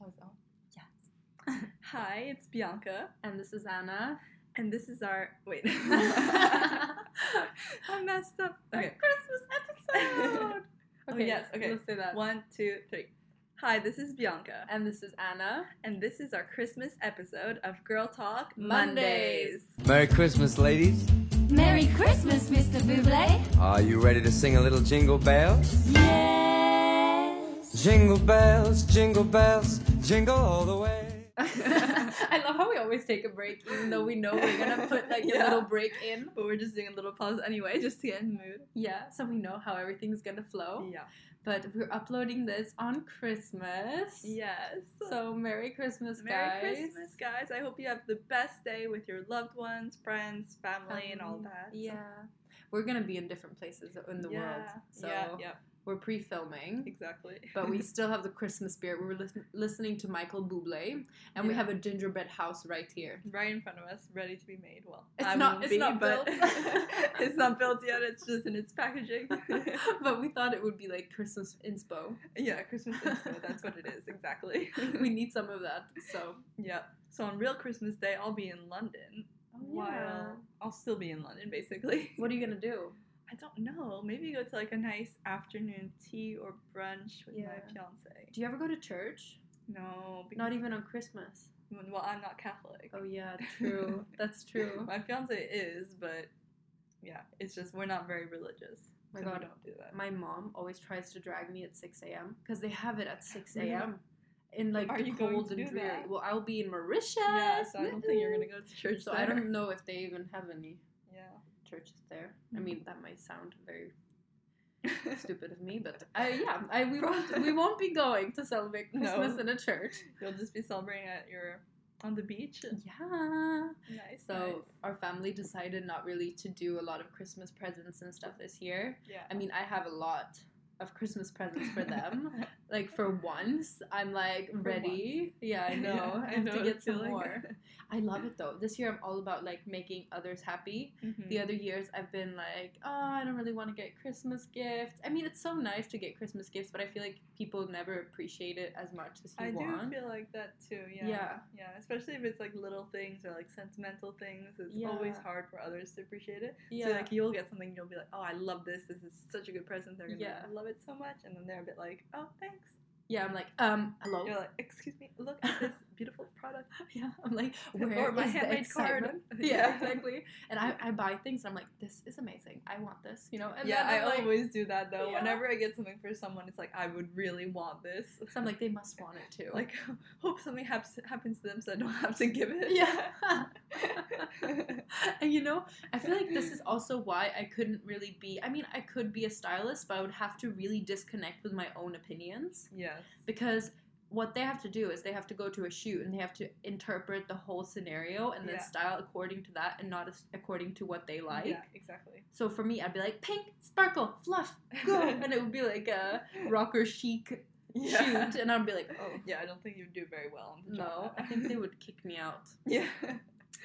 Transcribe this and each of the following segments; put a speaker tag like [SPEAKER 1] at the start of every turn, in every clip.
[SPEAKER 1] Hi, it's Bianca,
[SPEAKER 2] And this is Anna.
[SPEAKER 1] and this is our wait. I messed up. Okay,
[SPEAKER 2] Christmas episode.
[SPEAKER 1] Oh, yes, okay.
[SPEAKER 2] Let's do that.
[SPEAKER 1] one, two, three. Hi, this is Bianca,
[SPEAKER 2] And this is Anna.
[SPEAKER 1] and this is our Christmas episode of Girl Talk Mondays.
[SPEAKER 2] Mondays.
[SPEAKER 3] Merry Christmas, ladies.
[SPEAKER 4] Merry Christmas, Mr. Buble.
[SPEAKER 3] Are you ready to sing a little jingle bells?
[SPEAKER 4] Yes.
[SPEAKER 3] Jingle bells, jingle bells, jingle all the way.
[SPEAKER 2] I love how we always take a break, even though we know we're gonna put like
[SPEAKER 1] Yeah.
[SPEAKER 2] a little break in.
[SPEAKER 1] But we're just doing a little pause anyway, just to get in the mood.
[SPEAKER 2] Yeah, so we know how everything's gonna flow.
[SPEAKER 1] Yeah.
[SPEAKER 2] But we're uploading this on Christmas.
[SPEAKER 1] Yes.
[SPEAKER 2] So Merry Christmas,
[SPEAKER 1] Merry
[SPEAKER 2] guys.
[SPEAKER 1] Christmas, guys. I hope you have the best day with your loved ones, friends, family, and all that.
[SPEAKER 2] Um, Yeah. We're gonna be in different places in the world.
[SPEAKER 1] Yeah,
[SPEAKER 2] So
[SPEAKER 1] yeah, yeah,
[SPEAKER 2] we're pre-filming.
[SPEAKER 1] exactly.
[SPEAKER 2] but we still have the Christmas spirit. We were listen listening to Michael Bublé, and we
[SPEAKER 1] Yeah.
[SPEAKER 2] have a gingerbread house right here.
[SPEAKER 1] right in front of us, ready to be made. Well,
[SPEAKER 2] It's
[SPEAKER 1] I
[SPEAKER 2] not-
[SPEAKER 1] won't
[SPEAKER 2] it's
[SPEAKER 1] be,
[SPEAKER 2] not
[SPEAKER 1] but
[SPEAKER 2] built.
[SPEAKER 1] it's not built yet. It's just in its packaging.
[SPEAKER 2] but we thought it would be like Christmas inspo.
[SPEAKER 1] yeah, Christmas inspo. That's what it is exactly.
[SPEAKER 2] We need some of that. So
[SPEAKER 1] yeah. So on real Christmas Day, I'll be in London.
[SPEAKER 2] Oh, yeah.
[SPEAKER 1] While I'll still be in London, basically.
[SPEAKER 2] what are you gonna do?
[SPEAKER 1] I don't know. Maybe go to like a nice afternoon tea or brunch with my
[SPEAKER 2] Yeah.
[SPEAKER 1] fiance.
[SPEAKER 2] Do you ever go to church?
[SPEAKER 1] No, because
[SPEAKER 2] Not even on Christmas.
[SPEAKER 1] well, I'm not Catholic.
[SPEAKER 2] Oh yeah, true. That's true.
[SPEAKER 1] My fiance is, but yeah, it's just we're not very religious.
[SPEAKER 2] My
[SPEAKER 1] so we
[SPEAKER 2] God.
[SPEAKER 1] don't do that.
[SPEAKER 2] My mom always tries to drag me at six a.m. because they have it at six a.m. In like
[SPEAKER 1] Are
[SPEAKER 2] the
[SPEAKER 1] you
[SPEAKER 2] cold
[SPEAKER 1] going to
[SPEAKER 2] and
[SPEAKER 1] do
[SPEAKER 2] dreary.
[SPEAKER 1] that?
[SPEAKER 2] Well, I'll be in Mauritius.
[SPEAKER 1] Yeah, so I don't think you're gonna go to church.
[SPEAKER 2] So I
[SPEAKER 1] there.
[SPEAKER 2] don't know if they even have any.
[SPEAKER 1] Yeah.
[SPEAKER 2] churches there. I
[SPEAKER 1] Mhm.
[SPEAKER 2] mean, that might sound very stupid of me, but uh, yeah, I, we won't we won't be going to celebrate
[SPEAKER 1] No.
[SPEAKER 2] Christmas in a church.
[SPEAKER 1] You'll just be celebrating at your on the beach.
[SPEAKER 2] Yeah.
[SPEAKER 1] Nice.
[SPEAKER 2] So our family decided not really to do a lot of Christmas presents and stuff this year.
[SPEAKER 1] nice. yeah.
[SPEAKER 2] I mean, I have a lot of Christmas presents for them. like for once, I'm like ready. Yeah, I know. I, have to get some more. I love it though. This year I'm all about like making others happy.
[SPEAKER 1] Mm-hmm. Mm.
[SPEAKER 2] The other years, I've been like, oh, I don't really want to get Christmas gifts. I mean, it's so nice to get Christmas gifts, but I feel like people never appreciate it as much as you
[SPEAKER 1] I do
[SPEAKER 2] want.
[SPEAKER 1] feel like that too. Yeah.
[SPEAKER 2] Yeah.
[SPEAKER 1] Yeah. Especially if it's like little things or like sentimental things, it's
[SPEAKER 2] Yeah.
[SPEAKER 1] always hard for others to appreciate it.
[SPEAKER 2] yeah,
[SPEAKER 1] So like you'll get something, you'll be like, oh, I love this. This is such a good present. They're gonna
[SPEAKER 2] Yeah.
[SPEAKER 1] love it so much, and then they're a bit like, oh, thanks.
[SPEAKER 2] yeah. I'm like, um, hello.
[SPEAKER 1] You're like, excuse me, look at this beautiful product.
[SPEAKER 2] yeah, I'm like, where
[SPEAKER 1] or my
[SPEAKER 2] is the
[SPEAKER 1] handmade card.
[SPEAKER 2] excitement? Yeah, exactly. And I, I buy things. And I'm like, this is amazing. I want this. You know. And
[SPEAKER 1] yeah,
[SPEAKER 2] then
[SPEAKER 1] I
[SPEAKER 2] I'm like,
[SPEAKER 1] always do that though.
[SPEAKER 2] Yeah.
[SPEAKER 1] Whenever I get something for someone, it's like I would really want this.
[SPEAKER 2] So I'm like, they must want it too.
[SPEAKER 1] Like, hope something haps- happens to them so I don't have to give it.
[SPEAKER 2] yeah. and you know, I feel like this is also why I couldn't really be. I mean, I could be a stylist, but I would have to really disconnect with my own opinions
[SPEAKER 1] yes.
[SPEAKER 2] because what they have to do is they have to go to a shoot and they have to interpret the whole scenario and then
[SPEAKER 1] Yeah.
[SPEAKER 2] style according to that and not as, according to what they like.
[SPEAKER 1] yeah, exactly.
[SPEAKER 2] So for me, I'd be like pink, sparkle, fluff, go, and it would be like a rocker chic
[SPEAKER 1] Yeah.
[SPEAKER 2] shoot, and I'd be like, oh.
[SPEAKER 1] Yeah, I don't think you'd do very well on the
[SPEAKER 2] No,
[SPEAKER 1] job.
[SPEAKER 2] I think they would kick me out.
[SPEAKER 1] yeah.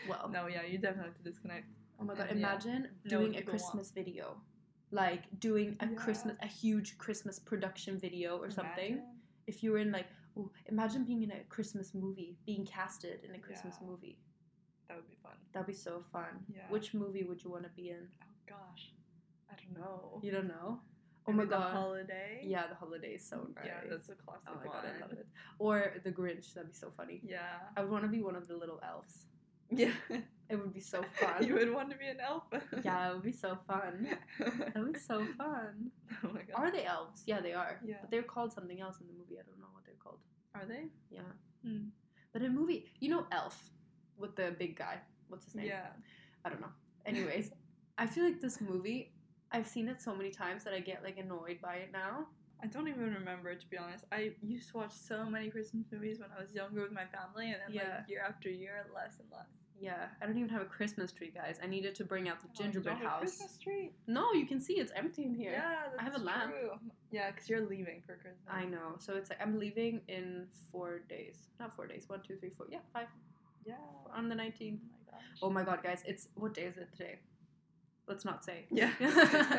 [SPEAKER 2] Well,
[SPEAKER 1] No, yeah, you definitely have to disconnect.
[SPEAKER 2] Oh my god!
[SPEAKER 1] And yeah,
[SPEAKER 2] Imagine
[SPEAKER 1] no
[SPEAKER 2] doing a
[SPEAKER 1] people want-
[SPEAKER 2] Christmas video, like doing a
[SPEAKER 1] Yeah.
[SPEAKER 2] Christmas, a huge Christmas production video or something.
[SPEAKER 1] Imagine.
[SPEAKER 2] If you were in like, oh, imagine being in a Christmas movie, being casted in a Christmas
[SPEAKER 1] Yeah.
[SPEAKER 2] movie.
[SPEAKER 1] That would be fun.
[SPEAKER 2] That'd be so fun.
[SPEAKER 1] Yeah.
[SPEAKER 2] Which movie would you want to be in?
[SPEAKER 1] Oh gosh, I don't know.
[SPEAKER 2] You don't know. Oh
[SPEAKER 1] Maybe
[SPEAKER 2] my
[SPEAKER 1] The
[SPEAKER 2] god.
[SPEAKER 1] holiday.
[SPEAKER 2] yeah, the holiday is so nice.
[SPEAKER 1] Yeah, that's a classic
[SPEAKER 2] oh my god, I love
[SPEAKER 1] one.
[SPEAKER 2] it. Or the Grinch. That'd be so funny.
[SPEAKER 1] Yeah.
[SPEAKER 2] I would want to be one of the little elves.
[SPEAKER 1] Yeah.
[SPEAKER 2] It would be so fun.
[SPEAKER 1] you would want to be an elf.
[SPEAKER 2] yeah, it would be so fun. That
[SPEAKER 1] oh
[SPEAKER 2] would be so fun.
[SPEAKER 1] my god.
[SPEAKER 2] Are they elves? Yeah, they are.
[SPEAKER 1] Yeah.
[SPEAKER 2] But they're called something else in the movie. I don't know what they're called.
[SPEAKER 1] Are they?
[SPEAKER 2] Yeah.
[SPEAKER 1] Hmm.
[SPEAKER 2] But in a movie, you know Elf with the big guy. What's his name?
[SPEAKER 1] Yeah.
[SPEAKER 2] I don't know. Anyways, I feel like this movie, I've seen it so many times that I get like annoyed by it now.
[SPEAKER 1] I don't even remember to be honest. I used to watch so many Christmas movies when I was younger with my family, and then
[SPEAKER 2] Yeah.
[SPEAKER 1] like year after year, less and less.
[SPEAKER 2] Yeah. I don't even have a Christmas tree, guys. I needed to bring out the
[SPEAKER 1] Oh,
[SPEAKER 2] gingerbread
[SPEAKER 1] don't have a
[SPEAKER 2] house.
[SPEAKER 1] Christmas tree.
[SPEAKER 2] No, you can see it's empty in here.
[SPEAKER 1] Yeah,
[SPEAKER 2] I have a
[SPEAKER 1] that's
[SPEAKER 2] lamp.
[SPEAKER 1] true. Yeah, because you're leaving for Christmas.
[SPEAKER 2] I know. So it's like I'm leaving in four days. Not four days. One, two, three, four. Yeah, five.
[SPEAKER 1] Yeah.
[SPEAKER 2] On the 19th.
[SPEAKER 1] Oh my gosh.
[SPEAKER 2] Oh my god, guys. It's what day is it today? let's not say.
[SPEAKER 1] Yeah.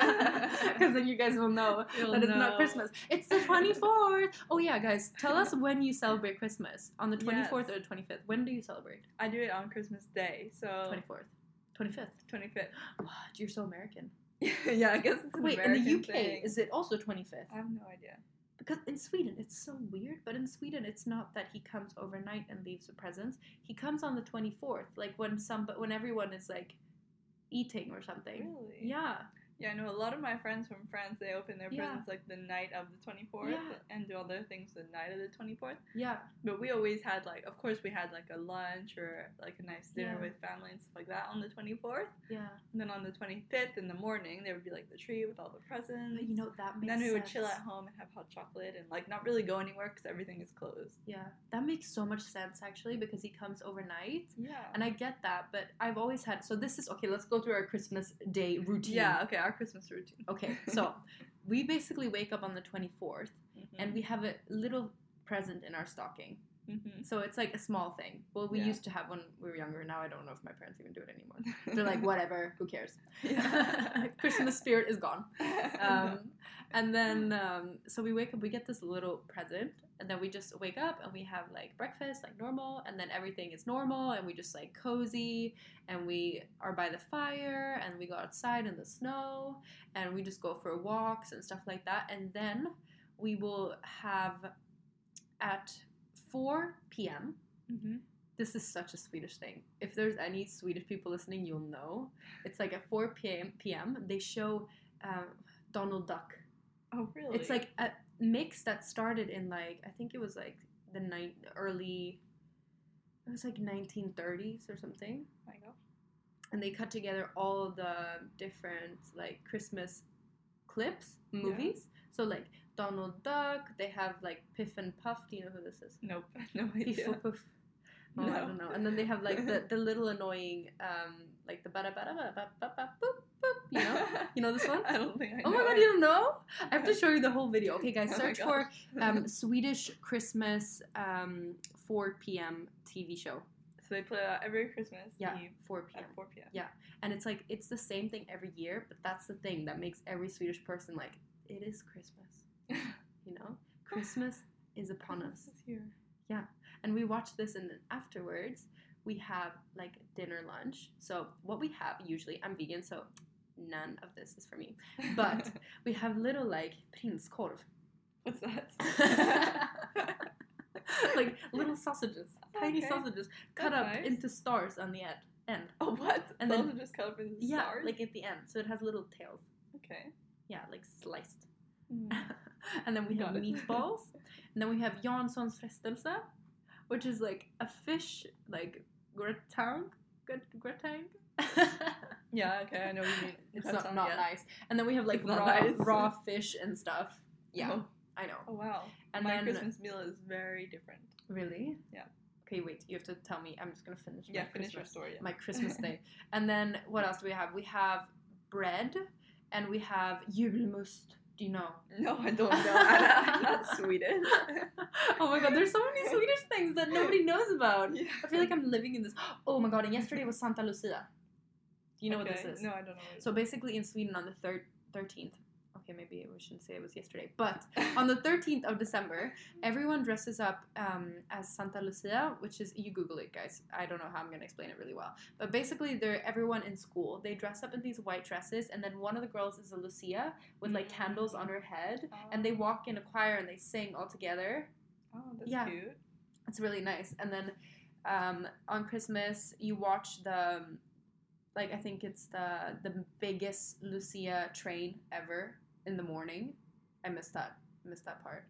[SPEAKER 2] Because then you guys will know
[SPEAKER 1] You'll
[SPEAKER 2] that it's
[SPEAKER 1] know.
[SPEAKER 2] not Christmas. It's the 24th. Oh, yeah, guys, tell us when you celebrate Christmas. On the 24th
[SPEAKER 1] Yes.
[SPEAKER 2] or 25th. When do you celebrate?
[SPEAKER 1] I do it on Christmas Day, so
[SPEAKER 2] 24th. 25th.
[SPEAKER 1] 25th.
[SPEAKER 2] What? Oh. You're so American.
[SPEAKER 1] yeah, I guess it's an
[SPEAKER 2] Wait,
[SPEAKER 1] American
[SPEAKER 2] in the UK,
[SPEAKER 1] thing.
[SPEAKER 2] is it also 25th?
[SPEAKER 1] I have no idea.
[SPEAKER 2] Because in Sweden, it's so weird, but in Sweden, it's not that he comes overnight and leaves the presents. He comes on the 24th, like when some, when everyone is like eating or something.
[SPEAKER 1] Really?
[SPEAKER 2] Yeah.
[SPEAKER 1] Yeah, I know a lot of my friends from France. They open their
[SPEAKER 2] Yeah.
[SPEAKER 1] presents like the night of the twenty fourth
[SPEAKER 2] Yeah.
[SPEAKER 1] and do other things the night of the twenty fourth.
[SPEAKER 2] Yeah.
[SPEAKER 1] But we always had like, of course, we had like a lunch or like a nice dinner
[SPEAKER 2] Yeah.
[SPEAKER 1] with family and stuff like that on the twenty fourth.
[SPEAKER 2] Yeah.
[SPEAKER 1] And then on the twenty fifth in the morning, there would be like the tree with all the presents.
[SPEAKER 2] But you know that
[SPEAKER 1] And
[SPEAKER 2] makes.
[SPEAKER 1] then we would chill
[SPEAKER 2] sense.
[SPEAKER 1] at home and have hot chocolate and like not really go anywhere because everything is closed.
[SPEAKER 2] Yeah, that makes so much sense actually because he comes overnight,
[SPEAKER 1] Yeah.
[SPEAKER 2] and I get that. But I've always had so this is okay. Let's go through our Christmas day routine.
[SPEAKER 1] Yeah. Okay. Our Christmas routine.
[SPEAKER 2] Okay, so we basically wake up on the twenty fourth,
[SPEAKER 1] Mm-hmm.
[SPEAKER 2] and we have a little present in our stocking.
[SPEAKER 1] Mhm.
[SPEAKER 2] So it's like a small thing. Well, we
[SPEAKER 1] Yeah.
[SPEAKER 2] used to have when we were younger. Now I don't know if my parents even do it anymore.
[SPEAKER 1] Mhm.
[SPEAKER 2] They're like, whatever, who cares?
[SPEAKER 1] Yeah.
[SPEAKER 2] Christmas spirit is gone.
[SPEAKER 1] um,
[SPEAKER 2] Um, and then, um, so we wake up, we get this little present, and then we just wake up and we have like breakfast, like normal, and then everything is normal, and we just like cozy, and we are by the fire, and we go outside in the snow, and we just go for walks and stuff like that. And then we will have at 4 p.m.
[SPEAKER 1] Mm-hmm.
[SPEAKER 2] This is such a Swedish thing. If there's any Swedish people listening, you'll know. It's like at 4 p.m. p.m. they show um, Donald Duck.
[SPEAKER 1] Oh really?
[SPEAKER 2] It's like a mix that started in like I think it was like the ni- early. It was like 1930s or something,
[SPEAKER 1] Oh my God.
[SPEAKER 2] and they cut together all the different like Christmas clips movies. So like Donald Duck, they have like Piff and Puff. Do you know who this is?
[SPEAKER 1] Nope, no
[SPEAKER 2] Piff
[SPEAKER 1] idea.
[SPEAKER 2] or Puff. Oh, I
[SPEAKER 1] No.
[SPEAKER 2] don't know. And then they have like the, the little annoying, um, like the ba da ba da ba ba ba boop boop. You know, you know this one.
[SPEAKER 1] I don't think I know.
[SPEAKER 2] Oh my god, you don't know? I have to show you the whole video. Okay, guys,
[SPEAKER 1] Oh my
[SPEAKER 2] search for
[SPEAKER 1] gosh.
[SPEAKER 2] um, Swedish Christmas um, 4 p.m. TV show.
[SPEAKER 1] so they play that every Christmas
[SPEAKER 2] Yeah,
[SPEAKER 1] Eve
[SPEAKER 2] 4 p.m.
[SPEAKER 1] at 4 p.m.
[SPEAKER 2] And it's like, it's the same thing every year, but that's the thing that makes every Swedish person like, it is Christmas. You know? Christmas is upon us.
[SPEAKER 1] This is here.
[SPEAKER 2] and we watch this and then afterwards we have like dinner lunch so what we have usually i'm vegan so none of this is for me But- we have little like prinskorv
[SPEAKER 1] what's that?
[SPEAKER 2] like little sausages tiny
[SPEAKER 1] Okay.
[SPEAKER 2] sausages cut
[SPEAKER 1] That's
[SPEAKER 2] up
[SPEAKER 1] nice.
[SPEAKER 2] into stars on the end end
[SPEAKER 1] oh what? And
[SPEAKER 2] And then-
[SPEAKER 1] then just cut up in the
[SPEAKER 2] yeah
[SPEAKER 1] stars?
[SPEAKER 2] like at the end so it has little tails
[SPEAKER 1] okay.
[SPEAKER 2] yeah like sliced
[SPEAKER 1] Mm.
[SPEAKER 2] and then we have
[SPEAKER 1] Got it.
[SPEAKER 2] meatballs and then we have janssons frestelse which is like a fish like gratin grat- gratin
[SPEAKER 1] Yeah. Okay. I know what you mean.
[SPEAKER 2] it's
[SPEAKER 1] That
[SPEAKER 2] not,
[SPEAKER 1] sounds-
[SPEAKER 2] not
[SPEAKER 1] yeah.
[SPEAKER 2] nice and then we have like
[SPEAKER 1] It's not
[SPEAKER 2] raw,
[SPEAKER 1] nice.
[SPEAKER 2] raw fish and stuff yeah
[SPEAKER 1] Oh,
[SPEAKER 2] i know
[SPEAKER 1] oh, wow.
[SPEAKER 2] and
[SPEAKER 1] my
[SPEAKER 2] then
[SPEAKER 1] Christmas meal is very different.
[SPEAKER 2] really
[SPEAKER 1] Yeah.
[SPEAKER 2] okay wait you have to tell me i'm just gonna finish
[SPEAKER 1] Yeah.
[SPEAKER 2] my
[SPEAKER 1] Finish your
[SPEAKER 2] christmas
[SPEAKER 1] story. Yeah.
[SPEAKER 2] my christmas day and then what else do we have we have bread and we have julmust do you know
[SPEAKER 1] no, I don't know. I'm, I'm not Swedish.
[SPEAKER 2] oh my god, there's so many Swedish things that nobody knows about.
[SPEAKER 1] Yeah.
[SPEAKER 2] I feel like I'm living in this. Oh my god, and yesterday was Santa Lucia. Do you know what
[SPEAKER 1] Okay,
[SPEAKER 2] this is?
[SPEAKER 1] No, I don't know. What it
[SPEAKER 2] So basically, in Sweden on the thir- 13th, okay, maybe we shouldn't say it was yesterday, but on the 13th of December, everyone dresses up um, as Santa Lucia, which is, you Google it, guys. I don't know how I'm going to explain it really well. But basically, they're everyone in school. They dress up in these white dresses, and then one of the girls is a Lucia with like
[SPEAKER 1] Mm.
[SPEAKER 2] candles on her head,
[SPEAKER 1] is. Um,
[SPEAKER 2] and they walk in a choir and they sing all together.
[SPEAKER 1] Oh, that's
[SPEAKER 2] Yeah.
[SPEAKER 1] cute.
[SPEAKER 2] It's really nice. And then um, on Christmas, you watch the um, like I think it's the the biggest Lucia train ever in the morning. I missed that missed that part.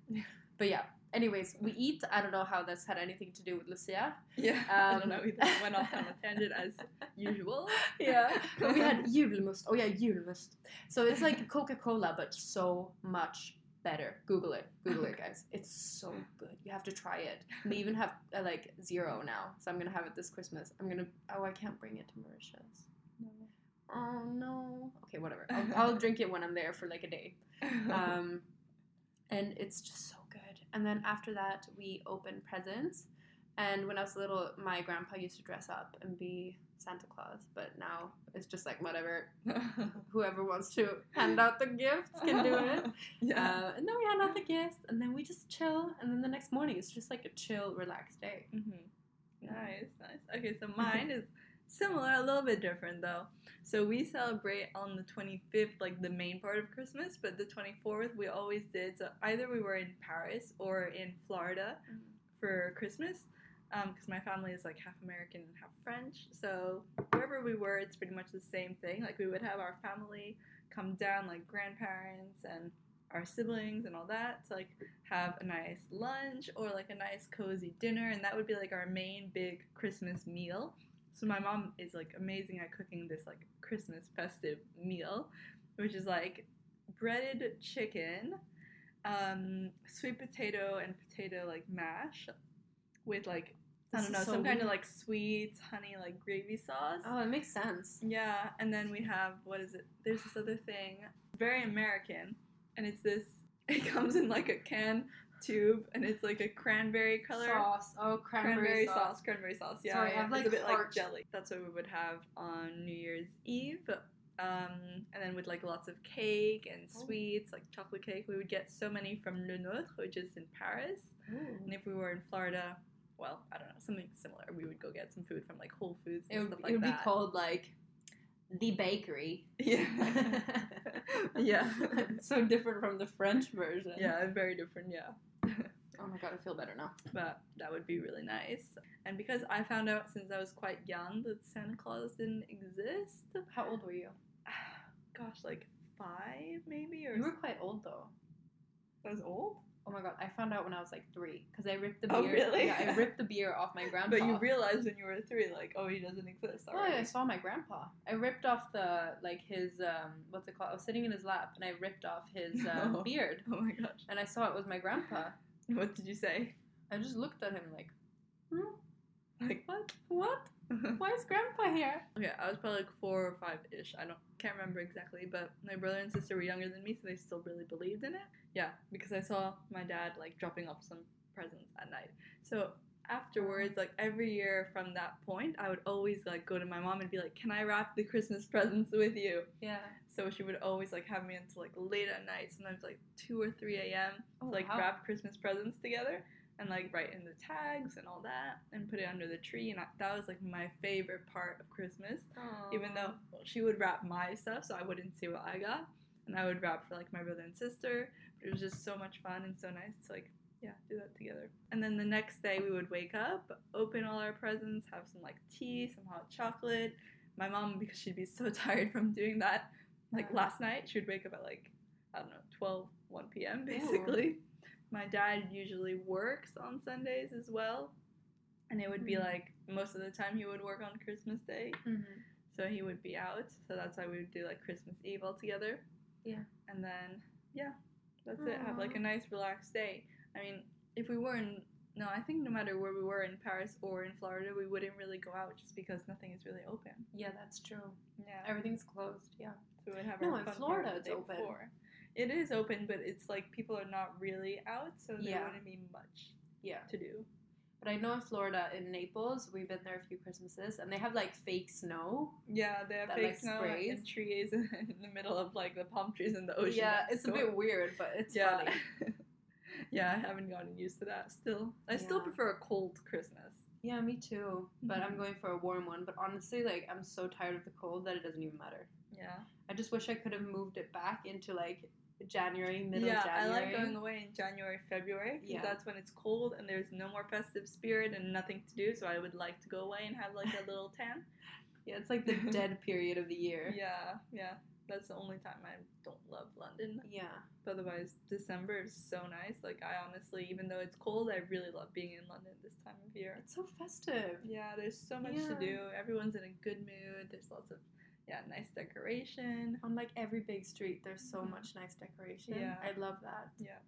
[SPEAKER 2] but yeah. Anyways, we eat. I don't know how that's had anything to do with Lucia.
[SPEAKER 1] Yeah, I
[SPEAKER 2] Um,
[SPEAKER 1] don't know. We just went off on a tangent as usual.
[SPEAKER 2] Yeah. But we had julmust. Oh yeah, julmust. So it's like Coca Cola, but so much better. Google it. Google it, guys. It's so good. You have to try it. And they even have uh, like zero now, so I'm gonna have it this Christmas. I'm gonna. Oh, I can't bring it to Mauritius. Oh no. Okay, whatever. I'll, I'll drink it when I'm there for like a day. Um, and it's just so good. And then after that, we open presents. And when I was little, my grandpa used to dress up and be Santa Claus, but now it's just like whatever. Whoever wants to hand out the gifts can do it.
[SPEAKER 1] yeah.
[SPEAKER 2] Uh, and then we hand out the gifts, and then we just chill. And then the next morning, it's just like a chill, relaxed day.
[SPEAKER 1] hmm Nice, nice. Okay, so mine is similar, a little bit different though. So we celebrate on the 25th, like the main part of Christmas, but the 24th we always did. So either we were in Paris or in Florida for Christmas, because my family is like half American and half French. So wherever we were, it's pretty much the same thing. Like we would have our family come down, like grandparents and our siblings and all that, to like have a nice lunch or like a nice cozy dinner, and that would be like our main big Christmas meal. So my mom is like amazing at cooking this like Christmas festive meal, which is like breaded chicken, um, sweet potato and potato like mash with like I
[SPEAKER 2] This
[SPEAKER 1] don't
[SPEAKER 2] is
[SPEAKER 1] know
[SPEAKER 2] so
[SPEAKER 1] some kind of
[SPEAKER 2] weird.
[SPEAKER 1] like sweet honey like gravy sauce.
[SPEAKER 2] Oh, it makes sense.
[SPEAKER 1] Yeah, and then we have what is it? There's this other thing, very American, and it's this. It comes in like a can tube, and it's like a cranberry color.
[SPEAKER 2] Sauce. Oh, cranberry, sauce.
[SPEAKER 1] cranberry sauce. Yeah,
[SPEAKER 2] So I
[SPEAKER 1] yeah,
[SPEAKER 2] have,
[SPEAKER 1] it's
[SPEAKER 2] like,
[SPEAKER 1] a bit like
[SPEAKER 2] heart-
[SPEAKER 1] jelly. That's what we would have on New Year's Eve, um, and then with like lots of cake and
[SPEAKER 2] Oh.
[SPEAKER 1] sweets, like chocolate cake. We would get so many from Le Nôtre, which is in Paris. And if we were in Florida, well, I don't know, something similar. We would go get some food from like Whole Foods
[SPEAKER 2] It
[SPEAKER 1] and
[SPEAKER 2] would,
[SPEAKER 1] stuff
[SPEAKER 2] it
[SPEAKER 1] like
[SPEAKER 2] would be
[SPEAKER 1] that.
[SPEAKER 2] called like the bakery.
[SPEAKER 1] Yeah. Yeah.
[SPEAKER 2] so different from the French version.
[SPEAKER 1] yeah, very different, yeah.
[SPEAKER 2] Oh my god, I feel better now.
[SPEAKER 1] But that would be really nice. And because I found out since I was quite young that Santa Claus didn't exist,
[SPEAKER 2] How old were you?
[SPEAKER 1] gosh, like five maybe or
[SPEAKER 2] You were quite old though.
[SPEAKER 1] that was old.
[SPEAKER 2] Oh my god, I found out when I was like three because I ripped the beer.
[SPEAKER 1] Oh, really?
[SPEAKER 2] Yeah, I ripped the beer off my grandpa.
[SPEAKER 1] But you realized when you were three, like, oh, he doesn't exist.
[SPEAKER 2] Well, I
[SPEAKER 1] already.
[SPEAKER 2] saw my grandpa. I ripped off the like his um what's it called? I was sitting in his lap and I ripped off his um,
[SPEAKER 1] No.
[SPEAKER 2] beard
[SPEAKER 1] Oh my gosh,
[SPEAKER 2] and I saw it was my grandpa.
[SPEAKER 1] what did you say?
[SPEAKER 2] I just looked at him like, hmm,
[SPEAKER 1] Like,
[SPEAKER 2] what? What? Why is grandpa here?
[SPEAKER 1] okay, I was probably like four or five ish. I don't can't remember exactly, but my brother and sister were younger than me, so they still really believed in it. Yeah, because I saw my dad like dropping off some presents at night. So afterwards, like every year from that point, I would always like go to my mom and be like, "Can I wrap the Christmas presents with you?"
[SPEAKER 2] Yeah.
[SPEAKER 1] So she would always like have me until like late at night, sometimes like two or three a.m.
[SPEAKER 2] Oh,
[SPEAKER 1] like
[SPEAKER 2] wow.
[SPEAKER 1] wrap Christmas presents together and like write in the tags and all that and put it under the tree. And I, that was like my favorite part of Christmas, even though well, she would wrap my stuff so I wouldn't see what I got, and I would wrap for like my brother and sister. But it was just so much fun and so nice to like yeah do that together. And then the next day we would wake up, open all our presents, have some like tea, some hot chocolate. My mom because she'd be so tired from doing that like
[SPEAKER 2] Yeah.
[SPEAKER 1] last night she would wake up at like i don't know 12 1 p.m basically my dad usually works on sundays as well and it would be
[SPEAKER 2] Mm.
[SPEAKER 1] like most of the time he would work on christmas day
[SPEAKER 2] Mhm.
[SPEAKER 1] so he would be out so that's why we would do like christmas eve all together
[SPEAKER 2] Yeah.
[SPEAKER 1] and then yeah that's it have like
[SPEAKER 2] Aw.
[SPEAKER 1] a nice relaxed day i mean if we were in no i think no matter where we were in paris or in florida we wouldn't really go out just because nothing is really open
[SPEAKER 2] Yeah, that's true.
[SPEAKER 1] yeah
[SPEAKER 2] Everything's closed. Yeah.
[SPEAKER 1] so we would have
[SPEAKER 2] No,
[SPEAKER 1] our
[SPEAKER 2] in
[SPEAKER 1] fun
[SPEAKER 2] Florida
[SPEAKER 1] part the
[SPEAKER 2] it's
[SPEAKER 1] day
[SPEAKER 2] open.
[SPEAKER 1] before. It is open, but it's like people are not really out, so there
[SPEAKER 2] Yeah.
[SPEAKER 1] wouldn't be much
[SPEAKER 2] Yeah.
[SPEAKER 1] to do.
[SPEAKER 2] But I know in Florida, in Naples, we've been there a few Christmases, and they have like fake snow.
[SPEAKER 1] Yeah, they have
[SPEAKER 2] That,
[SPEAKER 1] fake
[SPEAKER 2] like,
[SPEAKER 1] snow
[SPEAKER 2] sprays.
[SPEAKER 1] and trees in the middle of like the palm trees and the ocean.
[SPEAKER 2] yeah,
[SPEAKER 1] next
[SPEAKER 2] it's a
[SPEAKER 1] door.
[SPEAKER 2] bit weird, but it's
[SPEAKER 1] Oh, yeah.
[SPEAKER 2] funny.
[SPEAKER 1] yeah, I haven't gotten used to that still. I still
[SPEAKER 2] Yeah.
[SPEAKER 1] prefer a cold Christmas.
[SPEAKER 2] Yeah, me too. But I'm
[SPEAKER 1] Mhm.
[SPEAKER 2] going for a warm one. But honestly, like I'm so tired of the cold that it doesn't even matter.
[SPEAKER 1] Yeah.
[SPEAKER 2] I just wish I could have moved it back into like January, middle
[SPEAKER 1] yeah,
[SPEAKER 2] January.
[SPEAKER 1] I like going away in January, February, 'cause
[SPEAKER 2] Yeah.
[SPEAKER 1] that's when it's cold and there's no more festive spirit and nothing to do, so I would like to go away and have like a little tan.
[SPEAKER 2] Yeah, it's like the dead period of the year.
[SPEAKER 1] Yeah, yeah. That's the only time I don't love London.
[SPEAKER 2] Yeah.
[SPEAKER 1] But otherwise, December is so nice. Like, I honestly, even though it's cold, I really love being in London this time of year.
[SPEAKER 2] It's so festive.
[SPEAKER 1] Yeah, there's so much to
[SPEAKER 2] Yeah.
[SPEAKER 1] do. Everyone's in a good mood. There's lots of, yeah, nice decoration.
[SPEAKER 2] On like every big street, there's so
[SPEAKER 1] Mhm.
[SPEAKER 2] much nice decoration.
[SPEAKER 1] Yeah.
[SPEAKER 2] I love that.
[SPEAKER 1] Yeah.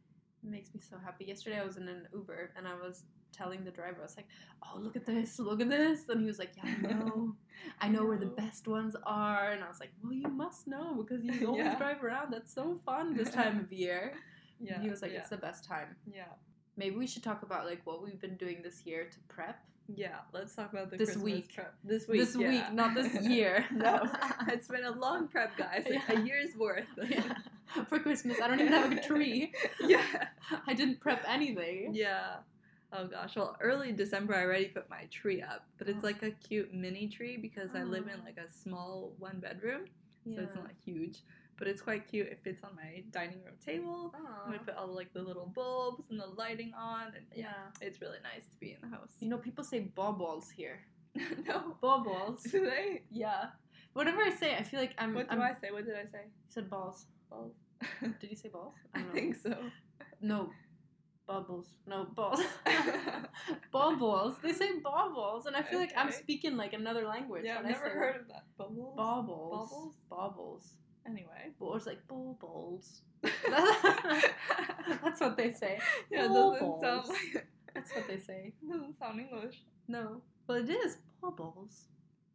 [SPEAKER 2] It makes me so happy. Yesterday I was in an Uber and I was telling the driver, I was like, Oh, look at this, look at this. And he was like, Yeah, I know. I know where the
[SPEAKER 1] No.
[SPEAKER 2] best ones are. And I was like, Well, you must know because you always
[SPEAKER 1] Yeah.
[SPEAKER 2] drive around. That's so fun this time of year.
[SPEAKER 1] Yeah.
[SPEAKER 2] he was like,
[SPEAKER 1] yeah,
[SPEAKER 2] It's the best time.
[SPEAKER 1] yeah.
[SPEAKER 2] Maybe we should talk about like what we've been doing this year to prep.
[SPEAKER 1] Yeah, let's talk about the
[SPEAKER 2] This
[SPEAKER 1] Christmas
[SPEAKER 2] week.
[SPEAKER 1] prep. This week.
[SPEAKER 2] this
[SPEAKER 1] yeah.
[SPEAKER 2] week, not this year.
[SPEAKER 1] no, it's been a long prep, guys. like A
[SPEAKER 2] Yeah.
[SPEAKER 1] year's worth.
[SPEAKER 2] yeah. For Christmas, I don't even have a tree.
[SPEAKER 1] yeah.
[SPEAKER 2] I didn't prep anything.
[SPEAKER 1] Yeah. Oh gosh. Well, early December, I already put my tree up, but it's
[SPEAKER 2] Oh.
[SPEAKER 1] like a cute mini tree because I live in
[SPEAKER 2] Oh.
[SPEAKER 1] like a small one bedroom, so it's not huge, but it's quite cute. It fits on my dining room table. And I put all like the little bulbs and the lighting on, and yeah,
[SPEAKER 2] yeah.
[SPEAKER 1] it's really nice to be in the house.
[SPEAKER 2] You know, people say baubles here.
[SPEAKER 1] no,
[SPEAKER 2] Baubles.
[SPEAKER 1] do they?
[SPEAKER 2] yeah. Whenever I say, it, I feel like I'm.
[SPEAKER 1] What do
[SPEAKER 2] I'm,
[SPEAKER 1] i say? What did I say?
[SPEAKER 2] You said balls.
[SPEAKER 1] Balls.
[SPEAKER 2] Did you say balls?
[SPEAKER 1] I
[SPEAKER 2] don't know.
[SPEAKER 1] think so.
[SPEAKER 2] No. Bubbles. No, balls. baubles. They say baubles, and I feel like I'm
[SPEAKER 1] Okay.
[SPEAKER 2] speaking like another language.
[SPEAKER 1] yeah, I've
[SPEAKER 2] when I
[SPEAKER 1] never
[SPEAKER 2] say
[SPEAKER 1] heard of that. Bubbles.
[SPEAKER 2] Baubles.
[SPEAKER 1] Baubles?
[SPEAKER 2] Baubles.
[SPEAKER 1] Anyway.
[SPEAKER 2] Or it's like baubles.
[SPEAKER 1] yeah,
[SPEAKER 2] That's what they say.
[SPEAKER 1] it doesn't sound
[SPEAKER 2] Baubles.
[SPEAKER 1] like
[SPEAKER 2] That's what they say.
[SPEAKER 1] doesn't sound English.
[SPEAKER 2] No. Well, it is baubles.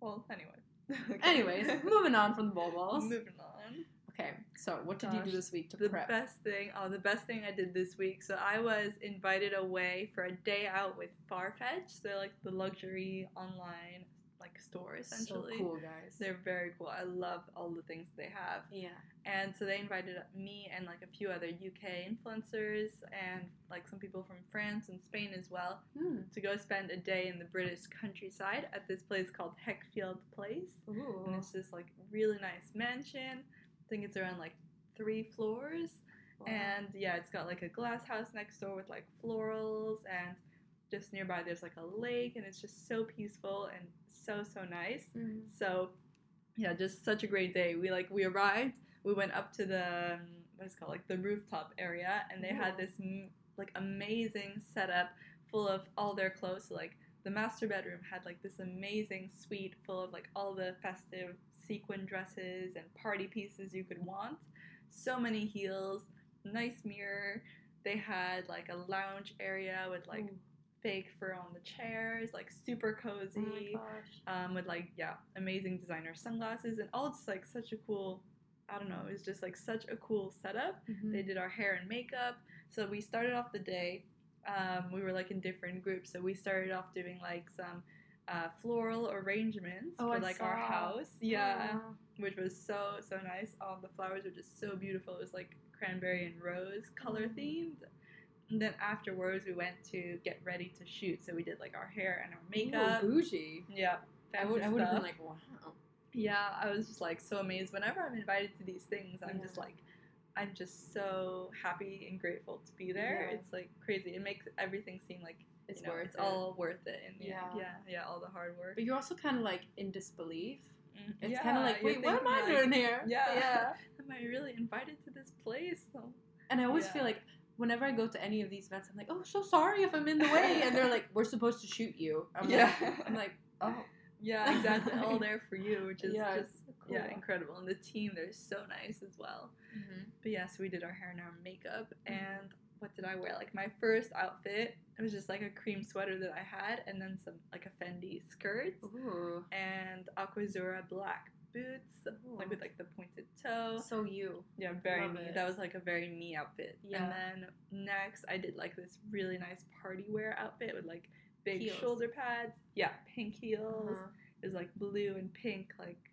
[SPEAKER 1] Well, anyway. Okay.
[SPEAKER 2] Anyways, moving on from the baubles.
[SPEAKER 1] moving on.
[SPEAKER 2] Okay, so what did you
[SPEAKER 1] Gosh,
[SPEAKER 2] do this week to
[SPEAKER 1] The
[SPEAKER 2] prep?
[SPEAKER 1] best thing, oh, the best thing I did this week. So I was invited away for a day out with Farfetch. They're like the luxury online like store essentially.
[SPEAKER 2] So cool, guys.
[SPEAKER 1] They're very cool. I love all the things they have.
[SPEAKER 2] yeah.
[SPEAKER 1] And so they invited me and like a few other UK influencers and like some people from France and Spain as well
[SPEAKER 2] Hmm.
[SPEAKER 1] to go spend a day in the British countryside at this place called Heckfield Place.
[SPEAKER 2] Ooh.
[SPEAKER 1] And it's this like really nice mansion. I think it's around like three floors.
[SPEAKER 2] Wow.
[SPEAKER 1] And yeah, it's got like a glass house next door with like florals and just nearby there's like a lake and it's just so peaceful and so so nice.
[SPEAKER 2] Mm.
[SPEAKER 1] So, yeah, just such a great day. We like we arrived. We went up to the um, what is it called like the rooftop area, and they had
[SPEAKER 2] Ooh.
[SPEAKER 1] this m- like amazing setup full of all their clothes. So, like the master bedroom had like this amazing suite full of like all the festive sequin dresses and party pieces you could want. So many heels, nice mirror. They had like a lounge area with like
[SPEAKER 2] Ooh.
[SPEAKER 1] fake fur on the chairs, like super cozy
[SPEAKER 2] Oh my gosh.
[SPEAKER 1] um, with like yeah amazing designer sunglasses and all just like such a cool i don't know it was just like such a cool setup they did our hair and makeup so we started off the day um, we were like in different groups so we started off doing like some uh, floral arrangements
[SPEAKER 2] Oh,
[SPEAKER 1] for
[SPEAKER 2] I
[SPEAKER 1] like our
[SPEAKER 2] saw.
[SPEAKER 1] house yeah
[SPEAKER 2] Oh.
[SPEAKER 1] which was so so nice. All the flowers were just so beautiful. It was like cranberry and rose color
[SPEAKER 2] Mm-hmm.
[SPEAKER 1] themed. And then afterwards, we went to get ready to shoot. So we did like our hair and our makeup.
[SPEAKER 2] Ooh, bougie.
[SPEAKER 1] yeah,
[SPEAKER 2] I
[SPEAKER 1] fancy
[SPEAKER 2] would, I would have been
[SPEAKER 1] stuff.
[SPEAKER 2] like, wow.
[SPEAKER 1] yeah, I was just like so amazed. Whenever I'm invited to these things, I'm
[SPEAKER 2] Yeah.
[SPEAKER 1] just like, I'm just so happy and grateful to be there.
[SPEAKER 2] Yeah.
[SPEAKER 1] It's like crazy. It makes everything seem like
[SPEAKER 2] It's
[SPEAKER 1] you know,
[SPEAKER 2] worth
[SPEAKER 1] it's
[SPEAKER 2] it.
[SPEAKER 1] all worth it. In the end.
[SPEAKER 2] Yeah.
[SPEAKER 1] yeah, yeah, all the hard work.
[SPEAKER 2] But you're also kind of like in disbelief.
[SPEAKER 1] Mm,
[SPEAKER 2] It's
[SPEAKER 1] yeah,
[SPEAKER 2] kind of like,
[SPEAKER 1] you're
[SPEAKER 2] wait, what am
[SPEAKER 1] thinking,
[SPEAKER 2] I
[SPEAKER 1] like,
[SPEAKER 2] doing here?
[SPEAKER 1] yeah.
[SPEAKER 2] yeah.
[SPEAKER 1] Am I really invited to this place? So-
[SPEAKER 2] And I always
[SPEAKER 1] Yeah.
[SPEAKER 2] feel like whenever I go to any of these events, I'm like, oh, so sorry if I'm in the way. And they're like, we're supposed to shoot you. I'm
[SPEAKER 1] yeah.
[SPEAKER 2] Like, I'm like, oh,
[SPEAKER 1] yeah, exactly. All there for you, which is
[SPEAKER 2] Yeah,
[SPEAKER 1] just yeah,
[SPEAKER 2] cool.
[SPEAKER 1] incredible. And the team, they're so nice as well. But yeah, so we did our hair and our makeup.
[SPEAKER 2] Mm.
[SPEAKER 1] And what did I wear? Like my first outfit, it was just like a cream sweater that I had, and then some like a Fendi skirt
[SPEAKER 2] Ooh.
[SPEAKER 1] and Aquazura black boots, like with like the pointed toe.
[SPEAKER 2] so you.
[SPEAKER 1] Yeah, very
[SPEAKER 2] Love
[SPEAKER 1] me.
[SPEAKER 2] it.
[SPEAKER 1] That was like a very me outfit.
[SPEAKER 2] Yeah.
[SPEAKER 1] And then next, I did like this really nice party wear outfit with like big
[SPEAKER 2] Heels. Uh-huh.
[SPEAKER 1] shoulder pads. Yeah, pink heels. It was like blue and pink, like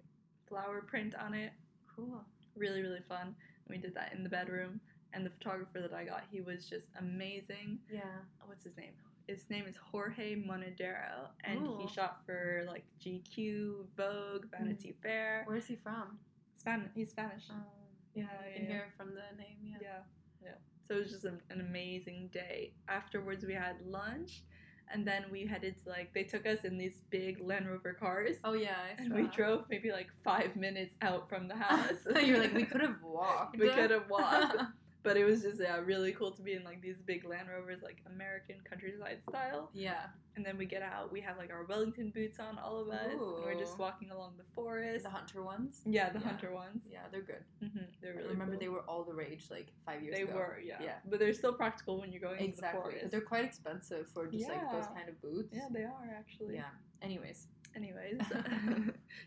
[SPEAKER 1] flower print on it.
[SPEAKER 2] Cool.
[SPEAKER 1] Really, really fun. And we did that in the bedroom. And the photographer that I got, he was just amazing. Oh,
[SPEAKER 2] Yeah.
[SPEAKER 1] What's his name? His name is Jorge Monedero, and
[SPEAKER 2] Ooh.
[SPEAKER 1] he shot for like GQ, Vogue, Vanity
[SPEAKER 2] Mm.
[SPEAKER 1] Fair.
[SPEAKER 2] Where is he from?
[SPEAKER 1] Span- he's Spanish.
[SPEAKER 2] Um,
[SPEAKER 1] yeah,
[SPEAKER 2] I
[SPEAKER 1] yeah,
[SPEAKER 2] can
[SPEAKER 1] yeah.
[SPEAKER 2] hear from the name. Yeah.
[SPEAKER 1] Yeah, yeah. So it was just an, an amazing day. Afterwards, we had lunch, and then we headed to like they took us in these big Land Rover cars,
[SPEAKER 2] Oh yeah. I
[SPEAKER 1] and we
[SPEAKER 2] saw.
[SPEAKER 1] drove maybe like five minutes out from the house.
[SPEAKER 2] You're like, we could have walked.
[SPEAKER 1] we could have walked, but it was just yeah really cool to be in like these big Land Rovers, like American countryside style.
[SPEAKER 2] yeah.
[SPEAKER 1] And then we get out, we have like our Wellington boots on, all of us. And we're just
[SPEAKER 2] Ooh.
[SPEAKER 1] walking along the forest.
[SPEAKER 2] The hunter ones.
[SPEAKER 1] yeah, the
[SPEAKER 2] Yeah.
[SPEAKER 1] hunter ones.
[SPEAKER 2] Yeah, they're good.
[SPEAKER 1] hmm They're really.
[SPEAKER 2] I remember
[SPEAKER 1] cool.
[SPEAKER 2] they were all the rage like five years
[SPEAKER 1] They
[SPEAKER 2] ago.
[SPEAKER 1] were, yeah.
[SPEAKER 2] Yeah.
[SPEAKER 1] But they're still practical when you're going into the
[SPEAKER 2] Exactly. But
[SPEAKER 1] forest.
[SPEAKER 2] they're quite expensive for just like those
[SPEAKER 1] Yeah.
[SPEAKER 2] kind of boots.
[SPEAKER 1] Yeah, they are actually.
[SPEAKER 2] Yeah. Anyways.
[SPEAKER 1] Anyways, so,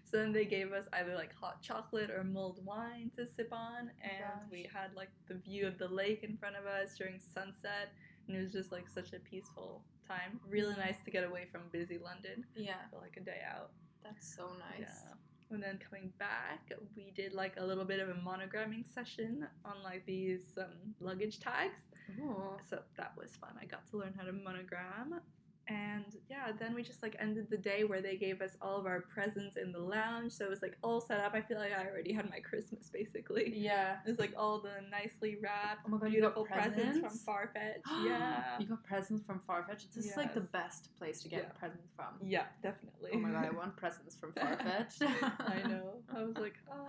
[SPEAKER 1] so then they gave us either like hot chocolate or mulled wine to sip on, and we
[SPEAKER 2] Oh gosh.
[SPEAKER 1] had like the view of the lake in front of us during sunset. and it was just like such a peaceful time. Really nice to get away from busy London
[SPEAKER 2] Yeah,
[SPEAKER 1] for like a day out.
[SPEAKER 2] that's so nice.
[SPEAKER 1] Yeah. And then coming back, we did like a little bit of a monogramming session on like these um, luggage tags.
[SPEAKER 2] Ooh.
[SPEAKER 1] So that was fun. I got to learn how to monogram. And yeah, then we just like ended the day where they gave us all of our presents in the lounge. So it was like all set up. I feel like I already had my Christmas basically.
[SPEAKER 2] Yeah.
[SPEAKER 1] It was like all the nicely wrapped,
[SPEAKER 2] Oh my God, you got
[SPEAKER 1] beautiful presents?
[SPEAKER 2] presents?
[SPEAKER 1] from Farfetch. yeah.
[SPEAKER 2] You got presents from Farfetch. This is like the
[SPEAKER 1] Yes.
[SPEAKER 2] best place to get
[SPEAKER 1] Yeah.
[SPEAKER 2] presents from.
[SPEAKER 1] Yeah, definitely.
[SPEAKER 2] Oh my god, I want presents from Farfetch.
[SPEAKER 1] I know. I was like, oh,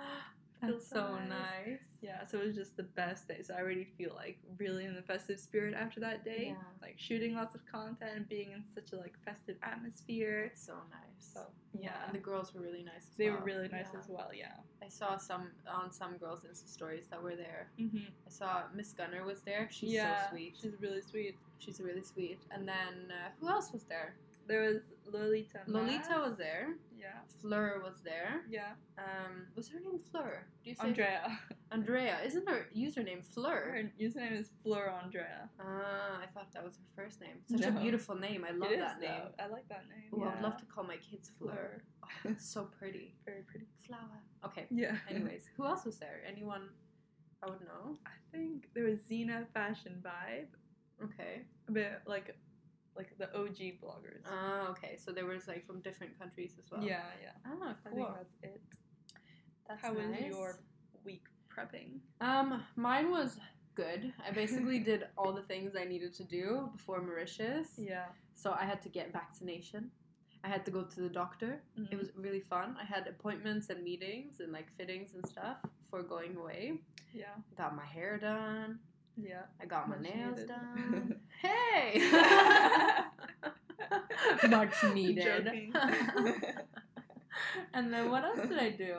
[SPEAKER 1] feels
[SPEAKER 2] That's so
[SPEAKER 1] so nice.
[SPEAKER 2] nice.
[SPEAKER 1] Yeah, so it was just the best day. So I already feel like really in the festive spirit after that day.
[SPEAKER 2] Yeah.
[SPEAKER 1] Like shooting lots of content and being in such a like festive atmosphere.
[SPEAKER 2] It's so nice.
[SPEAKER 1] So
[SPEAKER 2] yeah.
[SPEAKER 1] yeah.
[SPEAKER 2] and the girls were really nice. As
[SPEAKER 1] They
[SPEAKER 2] well.
[SPEAKER 1] were really nice
[SPEAKER 2] Yeah.
[SPEAKER 1] as well, yeah.
[SPEAKER 2] I saw some on some girls' Insta stories that were there.
[SPEAKER 1] Mm-hmm.
[SPEAKER 2] I saw Miss Gunner was there. She's
[SPEAKER 1] yeah,
[SPEAKER 2] so sweet.
[SPEAKER 1] She's really sweet.
[SPEAKER 2] She's really sweet. And then uh, who else was there?
[SPEAKER 1] There was Lolita.
[SPEAKER 2] Lolita
[SPEAKER 1] Mas.
[SPEAKER 2] was there.
[SPEAKER 1] Yeah.
[SPEAKER 2] Fleur was there.
[SPEAKER 1] Yeah.
[SPEAKER 2] Um, was her name Fleur? Do you say
[SPEAKER 1] Andrea.
[SPEAKER 2] Andrea? Isn't her username Fleur?
[SPEAKER 1] Her username is Fleur Andrea.
[SPEAKER 2] Ah, I thought that was her first name. Such a
[SPEAKER 1] No.
[SPEAKER 2] beautiful name. I love
[SPEAKER 1] It is,
[SPEAKER 2] that name.
[SPEAKER 1] though. I like that name.
[SPEAKER 2] Ooh,
[SPEAKER 1] yeah.
[SPEAKER 2] I would love to call my kids Fleur.
[SPEAKER 1] Fleur.
[SPEAKER 2] Oh, it's so pretty.
[SPEAKER 1] Very pretty.
[SPEAKER 2] Flower. Okay.
[SPEAKER 1] Yeah.
[SPEAKER 2] Anyways, who else was there? Anyone I would know?
[SPEAKER 1] I think there was Xena Fashion Vibe.
[SPEAKER 2] Okay.
[SPEAKER 1] A bit like like the OG bloggers.
[SPEAKER 2] Ah, okay. So they were like from different countries as well.
[SPEAKER 1] Yeah, yeah.
[SPEAKER 2] Ah,
[SPEAKER 1] I
[SPEAKER 2] cool.
[SPEAKER 1] think that's it.
[SPEAKER 2] That's
[SPEAKER 1] How was
[SPEAKER 2] nice.
[SPEAKER 1] your week prepping?
[SPEAKER 2] Um, mine was good. I basically did all the things I needed to do before Mauritius.
[SPEAKER 1] Yeah.
[SPEAKER 2] So I had to get vaccination. I had to go to the doctor.
[SPEAKER 1] Mm-hmm.
[SPEAKER 2] It was really fun. I had appointments and meetings and like fittings and stuff for going away.
[SPEAKER 1] yeah.
[SPEAKER 2] Got my hair done.
[SPEAKER 1] Yeah.
[SPEAKER 2] I got my
[SPEAKER 1] Much
[SPEAKER 2] nails
[SPEAKER 1] needed.
[SPEAKER 2] done. hey! much needed.
[SPEAKER 1] Joking.
[SPEAKER 2] and then what else did I do?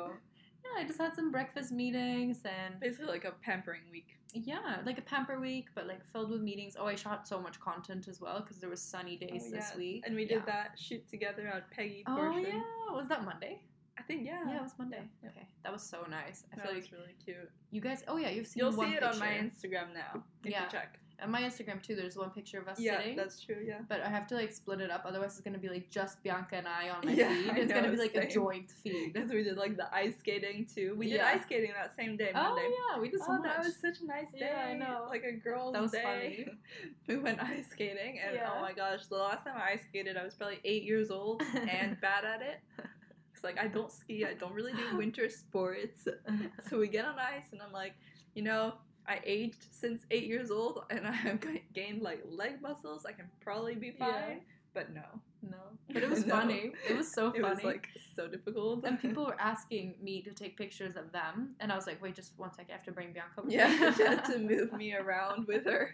[SPEAKER 2] Yeah, I just had some breakfast meetings and
[SPEAKER 1] Basically like a pampering week.
[SPEAKER 2] yeah, like a pamper week, but like filled with meetings. Oh, I shot so much content as well because there was sunny days
[SPEAKER 1] Oh,
[SPEAKER 2] this
[SPEAKER 1] yes.
[SPEAKER 2] week,
[SPEAKER 1] And we did
[SPEAKER 2] Yeah.
[SPEAKER 1] that shoot together at Peggy
[SPEAKER 2] Oh
[SPEAKER 1] Portion.
[SPEAKER 2] yeah, was that Monday?
[SPEAKER 1] I think yeah.
[SPEAKER 2] Yeah, it was Monday.
[SPEAKER 1] Yeah.
[SPEAKER 2] Okay, that was so nice. I
[SPEAKER 1] That
[SPEAKER 2] feel like
[SPEAKER 1] was really cute.
[SPEAKER 2] you guys. Oh yeah, you've seen.
[SPEAKER 1] You'll see
[SPEAKER 2] one
[SPEAKER 1] it on my
[SPEAKER 2] picture.
[SPEAKER 1] Instagram now. If
[SPEAKER 2] Yeah.
[SPEAKER 1] you check.
[SPEAKER 2] on my Instagram too. There's one picture of us
[SPEAKER 1] Yeah,
[SPEAKER 2] sitting.
[SPEAKER 1] that's true, yeah.
[SPEAKER 2] But I have to like split it up, otherwise it's gonna be like just Bianca and I on my
[SPEAKER 1] Yeah,
[SPEAKER 2] feed.
[SPEAKER 1] I
[SPEAKER 2] It's gonna
[SPEAKER 1] know,
[SPEAKER 2] be like a
[SPEAKER 1] same.
[SPEAKER 2] joint feed.
[SPEAKER 1] Because we did like the ice skating too. We did
[SPEAKER 2] Yeah.
[SPEAKER 1] ice skating that same day, Monday.
[SPEAKER 2] Oh yeah, we did so
[SPEAKER 1] oh,
[SPEAKER 2] much.
[SPEAKER 1] that was such a nice day.
[SPEAKER 2] Yeah, I know.
[SPEAKER 1] Like a girl's
[SPEAKER 2] That was
[SPEAKER 1] day. we went ice skating, and
[SPEAKER 2] Yeah.
[SPEAKER 1] oh my gosh, the last time I ice skated, I was probably eight years old and bad at it. It's like I don't ski. I don't really do winter sports. So we get on ice, and I'm like, you know. I aged since eight years old, and I have g- gained like leg muscles. I can probably be fine,
[SPEAKER 2] Yeah.
[SPEAKER 1] but no,
[SPEAKER 2] no, but it was
[SPEAKER 1] No.
[SPEAKER 2] funny. It was so
[SPEAKER 1] it
[SPEAKER 2] funny.
[SPEAKER 1] was like so difficult.
[SPEAKER 2] and people were asking me to take pictures of them, and I was like, "Wait, just one sec. I have to bring Bianca." with
[SPEAKER 1] yeah,
[SPEAKER 2] me."
[SPEAKER 1] she had to move me around with her.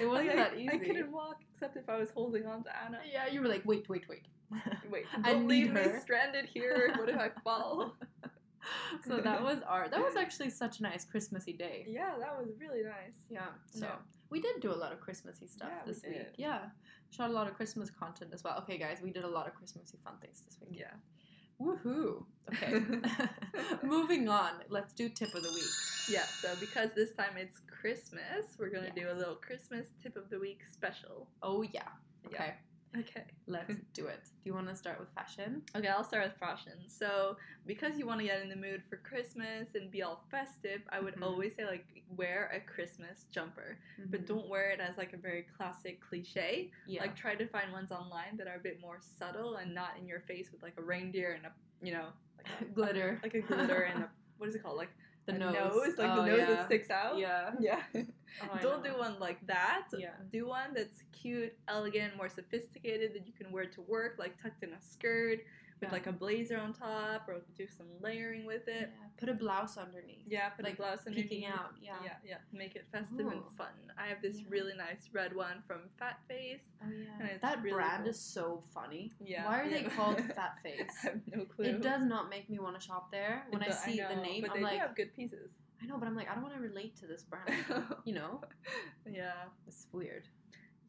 [SPEAKER 2] It wasn't
[SPEAKER 1] Like, I-
[SPEAKER 2] that easy.
[SPEAKER 1] I couldn't walk except if I was holding on to Anna.
[SPEAKER 2] Yeah, you were like, "Wait, wait, wait."
[SPEAKER 1] Wait,
[SPEAKER 2] I
[SPEAKER 1] don't
[SPEAKER 2] need
[SPEAKER 1] leave me
[SPEAKER 2] her.
[SPEAKER 1] stranded here. What if I fall?
[SPEAKER 2] so that was our. That was actually such a nice Christmassy day.
[SPEAKER 1] yeah, that was really nice.
[SPEAKER 2] Yeah. So
[SPEAKER 1] Yeah.
[SPEAKER 2] we did do a lot of Christmassy stuff
[SPEAKER 1] Yeah, we
[SPEAKER 2] this week.
[SPEAKER 1] did.
[SPEAKER 2] Yeah. Shot a lot of Christmas content as well. Okay, guys, we did a lot of Christmassy fun things this week.
[SPEAKER 1] Yeah.
[SPEAKER 2] Woohoo. Okay. Moving on. Let's do tip of the week.
[SPEAKER 1] Yeah, so because this time it's Christmas, we're going to do a
[SPEAKER 2] Yes.
[SPEAKER 1] little Christmas tip of the week special.
[SPEAKER 2] Oh yeah. Okay.
[SPEAKER 1] Yeah. Okay.
[SPEAKER 2] Let's do it. Do you want to start with fashion?
[SPEAKER 1] Okay, I'll start with fashion. So, because you want to get in the mood for Christmas and be all festive, I would
[SPEAKER 2] Mhm.
[SPEAKER 1] always say, like, wear a Christmas jumper. But
[SPEAKER 2] Mm-hmm.
[SPEAKER 1] don't wear it as, like, a very classic cliche.
[SPEAKER 2] yeah.
[SPEAKER 1] Like try to find ones online that are a bit more subtle and not in your face with like a reindeer and a you know like a,
[SPEAKER 2] glitter.
[SPEAKER 1] like a glitter and a what is it called like
[SPEAKER 2] the
[SPEAKER 1] a
[SPEAKER 2] nose.
[SPEAKER 1] like the
[SPEAKER 2] Oh,
[SPEAKER 1] nose
[SPEAKER 2] yeah.
[SPEAKER 1] that sticks out.
[SPEAKER 2] Yeah.
[SPEAKER 1] yeah.
[SPEAKER 2] Oh, I
[SPEAKER 1] Don't
[SPEAKER 2] know.
[SPEAKER 1] do one like that.
[SPEAKER 2] Yeah.
[SPEAKER 1] Do one that's cute, elegant, more sophisticated that you can wear to work, like tucked in a skirt with
[SPEAKER 2] Yeah.
[SPEAKER 1] like a blazer on top, or do some layering with
[SPEAKER 2] Yeah.
[SPEAKER 1] it.
[SPEAKER 2] Put a blouse underneath.
[SPEAKER 1] Yeah, put
[SPEAKER 2] Like
[SPEAKER 1] a blouse underneath.
[SPEAKER 2] Peeking out. Yeah.
[SPEAKER 1] Yeah, yeah. Make it festive and
[SPEAKER 2] Ooh.
[SPEAKER 1] fun. I have this
[SPEAKER 2] Yeah.
[SPEAKER 1] really nice red one from Fat Face.
[SPEAKER 2] Oh yeah.
[SPEAKER 1] And it's
[SPEAKER 2] That
[SPEAKER 1] really
[SPEAKER 2] brand
[SPEAKER 1] cool.
[SPEAKER 2] is so funny.
[SPEAKER 1] Yeah.
[SPEAKER 2] Why are they
[SPEAKER 1] yeah.
[SPEAKER 2] called Fat Face?
[SPEAKER 1] I have no clue.
[SPEAKER 2] It does not make me want to shop there. When
[SPEAKER 1] It
[SPEAKER 2] I
[SPEAKER 1] do-
[SPEAKER 2] see the
[SPEAKER 1] know,
[SPEAKER 2] name,
[SPEAKER 1] but
[SPEAKER 2] I'm
[SPEAKER 1] they
[SPEAKER 2] like,
[SPEAKER 1] do have good pieces.
[SPEAKER 2] I know, but I'm like, I don't want to relate to this brand. you know,
[SPEAKER 1] yeah,
[SPEAKER 2] it's weird.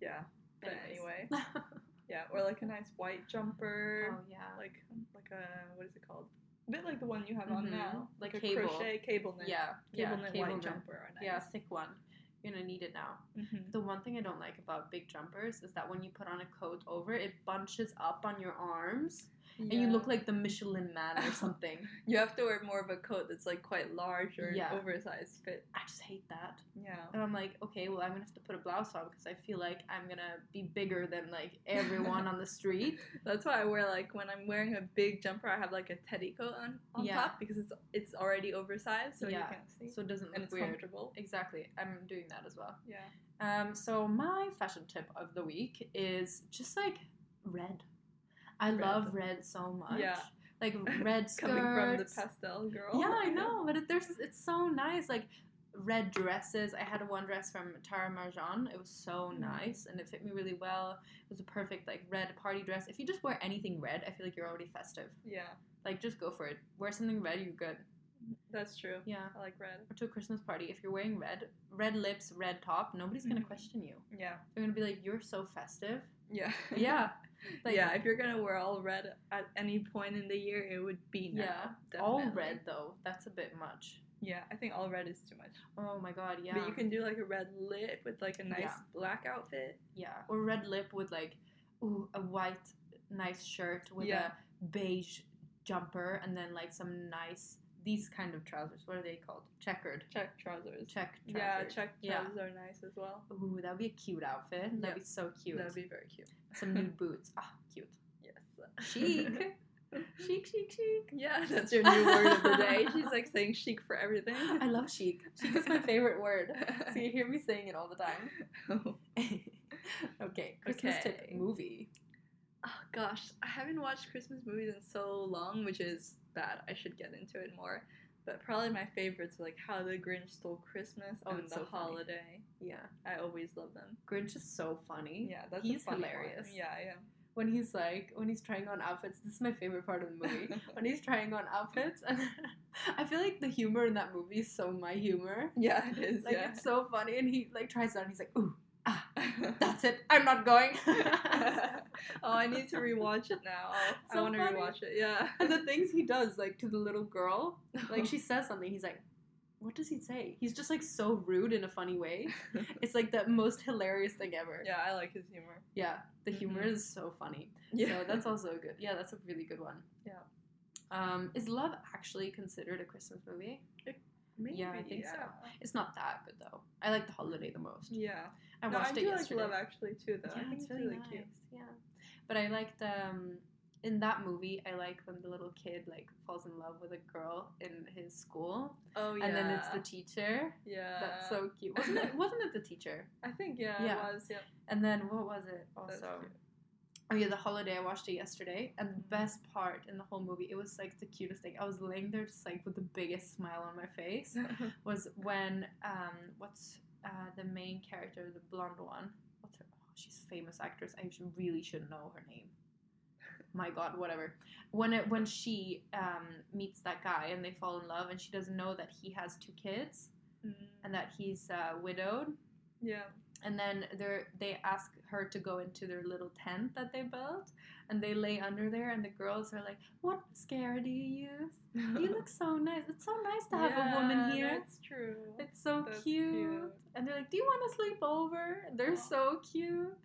[SPEAKER 1] yeah, But anyway.
[SPEAKER 2] oh
[SPEAKER 1] yeah. Or like a nice white jumper,
[SPEAKER 2] yeah,
[SPEAKER 1] like like a what is it called? A bit like the one you have on
[SPEAKER 2] Mhm.
[SPEAKER 1] now,
[SPEAKER 2] Like
[SPEAKER 1] a
[SPEAKER 2] cable.
[SPEAKER 1] crochet cable knit.
[SPEAKER 2] yeah, yeah,
[SPEAKER 1] cable knit
[SPEAKER 2] cable
[SPEAKER 1] white
[SPEAKER 2] knit.
[SPEAKER 1] jumper. Are nice.
[SPEAKER 2] Yeah, thick one. You're gonna need it now.
[SPEAKER 1] Mhm.
[SPEAKER 2] The one thing I don't like about big jumpers is that when you put on a coat over, it bunches up on your arms, and you
[SPEAKER 1] Yeah.
[SPEAKER 2] look like the Michelin Man or something.
[SPEAKER 1] you have to wear more of a coat that's like quite large or
[SPEAKER 2] Yeah.
[SPEAKER 1] an oversized fit.
[SPEAKER 2] I just hate that.
[SPEAKER 1] Yeah.
[SPEAKER 2] And I'm like, okay, well, I'm gonna have to put a blouse on because I feel like I'm gonna be bigger than like everyone on the street.
[SPEAKER 1] That's why I wear like when I'm wearing a big jumper, I have like a teddy coat on, on
[SPEAKER 2] Yeah.
[SPEAKER 1] top because it's it's already oversized, so you
[SPEAKER 2] Yeah.
[SPEAKER 1] can't see,
[SPEAKER 2] So it doesn't
[SPEAKER 1] and
[SPEAKER 2] look
[SPEAKER 1] it's
[SPEAKER 2] weird.
[SPEAKER 1] comfortable.
[SPEAKER 2] Exactly. I'm doing that as well.
[SPEAKER 1] Yeah.
[SPEAKER 2] Um, so my fashion tip of the week is just like red. I
[SPEAKER 1] Red.
[SPEAKER 2] love red so much.
[SPEAKER 1] Yeah.
[SPEAKER 2] Like red skirts.
[SPEAKER 1] Coming from the pastel girl.
[SPEAKER 2] Yeah, I know, but it, there's it's so nice. Like red dresses. I had one dress from Tara Marjan. It was so
[SPEAKER 1] Mm.
[SPEAKER 2] nice, and it fit me really well. It was a perfect like red party dress. If you just wear anything red, I feel like you're already festive.
[SPEAKER 1] Yeah,
[SPEAKER 2] Like just go for it. Wear something red, you're good.
[SPEAKER 1] that's true.
[SPEAKER 2] Yeah.
[SPEAKER 1] I like red.
[SPEAKER 2] Or to a Christmas party, if you're wearing red, red lips, red top, nobody's gonna
[SPEAKER 1] Mhm.
[SPEAKER 2] question you.
[SPEAKER 1] Yeah.
[SPEAKER 2] They're gonna be like, "You're so festive."
[SPEAKER 1] Yeah.
[SPEAKER 2] Yeah. Like,
[SPEAKER 1] yeah, if you're gonna wear all red at any point in the year, it would be now.
[SPEAKER 2] Yeah,
[SPEAKER 1] definitely.
[SPEAKER 2] All red though, that's a bit much.
[SPEAKER 1] Yeah, I think all red is too much.
[SPEAKER 2] Oh my god, yeah.
[SPEAKER 1] But you can do like a red lip with like a nice
[SPEAKER 2] Yeah.
[SPEAKER 1] black outfit.
[SPEAKER 2] yeah, or red lip with like, ooh, a white nice shirt with
[SPEAKER 1] Yeah.
[SPEAKER 2] a beige jumper, and then like some nice these kind of trousers. What are they called? Checkered.
[SPEAKER 1] Check trousers.
[SPEAKER 2] Check
[SPEAKER 1] Yeah,
[SPEAKER 2] trousers.
[SPEAKER 1] check
[SPEAKER 2] Yeah.
[SPEAKER 1] trousers are nice as well.
[SPEAKER 2] Ooh, that'd be a cute outfit. That'd
[SPEAKER 1] Yeah.
[SPEAKER 2] be so cute.
[SPEAKER 1] That'd be very cute.
[SPEAKER 2] Some nude boots. Ah, cute.
[SPEAKER 1] Yes.
[SPEAKER 2] Chic. chic, chic, chic.
[SPEAKER 1] Yeah, that's your new word of the day. She's like saying chic for everything.
[SPEAKER 2] I love chic. Chic is my favorite word. So you hear me saying it all the time.
[SPEAKER 1] oh
[SPEAKER 2] okay, Christmas tip
[SPEAKER 1] Okay.
[SPEAKER 2] movie.
[SPEAKER 1] Oh, gosh, I haven't watched Christmas movies in so long, which is bad. I should get into it more. But probably my favorites are like How the Grinch Stole Christmas
[SPEAKER 2] Oh,
[SPEAKER 1] and
[SPEAKER 2] it's
[SPEAKER 1] The
[SPEAKER 2] so funny.
[SPEAKER 1] Holiday.
[SPEAKER 2] Yeah.
[SPEAKER 1] I always love them.
[SPEAKER 2] Grinch is so funny.
[SPEAKER 1] Yeah, that's a
[SPEAKER 2] he's
[SPEAKER 1] funny one.
[SPEAKER 2] hilarious.
[SPEAKER 1] Yeah, yeah.
[SPEAKER 2] When he's like, when he's trying on outfits, this is my favorite part of the movie. when he's trying on outfits, and I feel like the humor in that movie is so my humor.
[SPEAKER 1] Yeah, it is.
[SPEAKER 2] Like
[SPEAKER 1] yeah.
[SPEAKER 2] it's so funny, and he like tries it on. He's like, ooh, that's it. I'm not going.
[SPEAKER 1] oh, I need to rewatch it now. I
[SPEAKER 2] So
[SPEAKER 1] want to
[SPEAKER 2] funny.
[SPEAKER 1] rewatch it. Yeah.
[SPEAKER 2] and the things he does, like to the little girl, like she says something, he's like. What does he say? He's just like so rude in a funny way. It's like the most hilarious thing ever.
[SPEAKER 1] yeah, I like his humor.
[SPEAKER 2] Yeah, the humor
[SPEAKER 1] Mhm.
[SPEAKER 2] is so funny.
[SPEAKER 1] Yeah,
[SPEAKER 2] So that's also a good. Yeah, that's a really good one.
[SPEAKER 1] Yeah.
[SPEAKER 2] Um, is Love actually considered a Christmas movie?
[SPEAKER 1] Maybe,
[SPEAKER 2] yeah, I think so.
[SPEAKER 1] yeah.
[SPEAKER 2] It's not that good though. I like The Holiday the most.
[SPEAKER 1] Yeah.
[SPEAKER 2] I
[SPEAKER 1] no,
[SPEAKER 2] watched
[SPEAKER 1] I
[SPEAKER 2] it
[SPEAKER 1] do like
[SPEAKER 2] yesterday.
[SPEAKER 1] Love Actually too, though. I
[SPEAKER 2] yeah,
[SPEAKER 1] think
[SPEAKER 2] it's really, nice.
[SPEAKER 1] cute.
[SPEAKER 2] Yeah, but I liked um, in that movie. I like when the little kid like falls in love with a girl in his school,
[SPEAKER 1] Oh yeah. Uh.
[SPEAKER 2] and then it's the teacher.
[SPEAKER 1] yeah.
[SPEAKER 2] That's so cute. Wasn't it? Wasn't it the teacher?
[SPEAKER 1] I think yeah,
[SPEAKER 2] Yeah.
[SPEAKER 1] it was yeah.
[SPEAKER 2] And then what was it? Also.
[SPEAKER 1] That's cute. Mm-hmm.
[SPEAKER 2] Oh yeah, the holiday. I watched it yesterday, and the best part in the whole movie, it was like the cutest thing. I was laying there just like with the biggest smile on my face. was when um, what's uh, the main character, the blonde one? What's her? Oh, she's a famous actress. I should, really should know her name. My God, whatever. When it when she um, meets that guy and they fall in love, and she doesn't know that he has two kids
[SPEAKER 1] Mm,
[SPEAKER 2] and that he's uh, widowed.
[SPEAKER 1] yeah.
[SPEAKER 2] And then they they ask her to go into their little tent that they built, and they lay under there. And the girls are like, "What mascara do you use? You look so nice. It's so nice to have a woman
[SPEAKER 1] Yeah,
[SPEAKER 2] here.
[SPEAKER 1] That's true.
[SPEAKER 2] It's so
[SPEAKER 1] that's
[SPEAKER 2] cute.
[SPEAKER 1] cute.
[SPEAKER 2] And they're like, "Do you want to sleep over?" And They're
[SPEAKER 1] Aw.
[SPEAKER 2] so cute.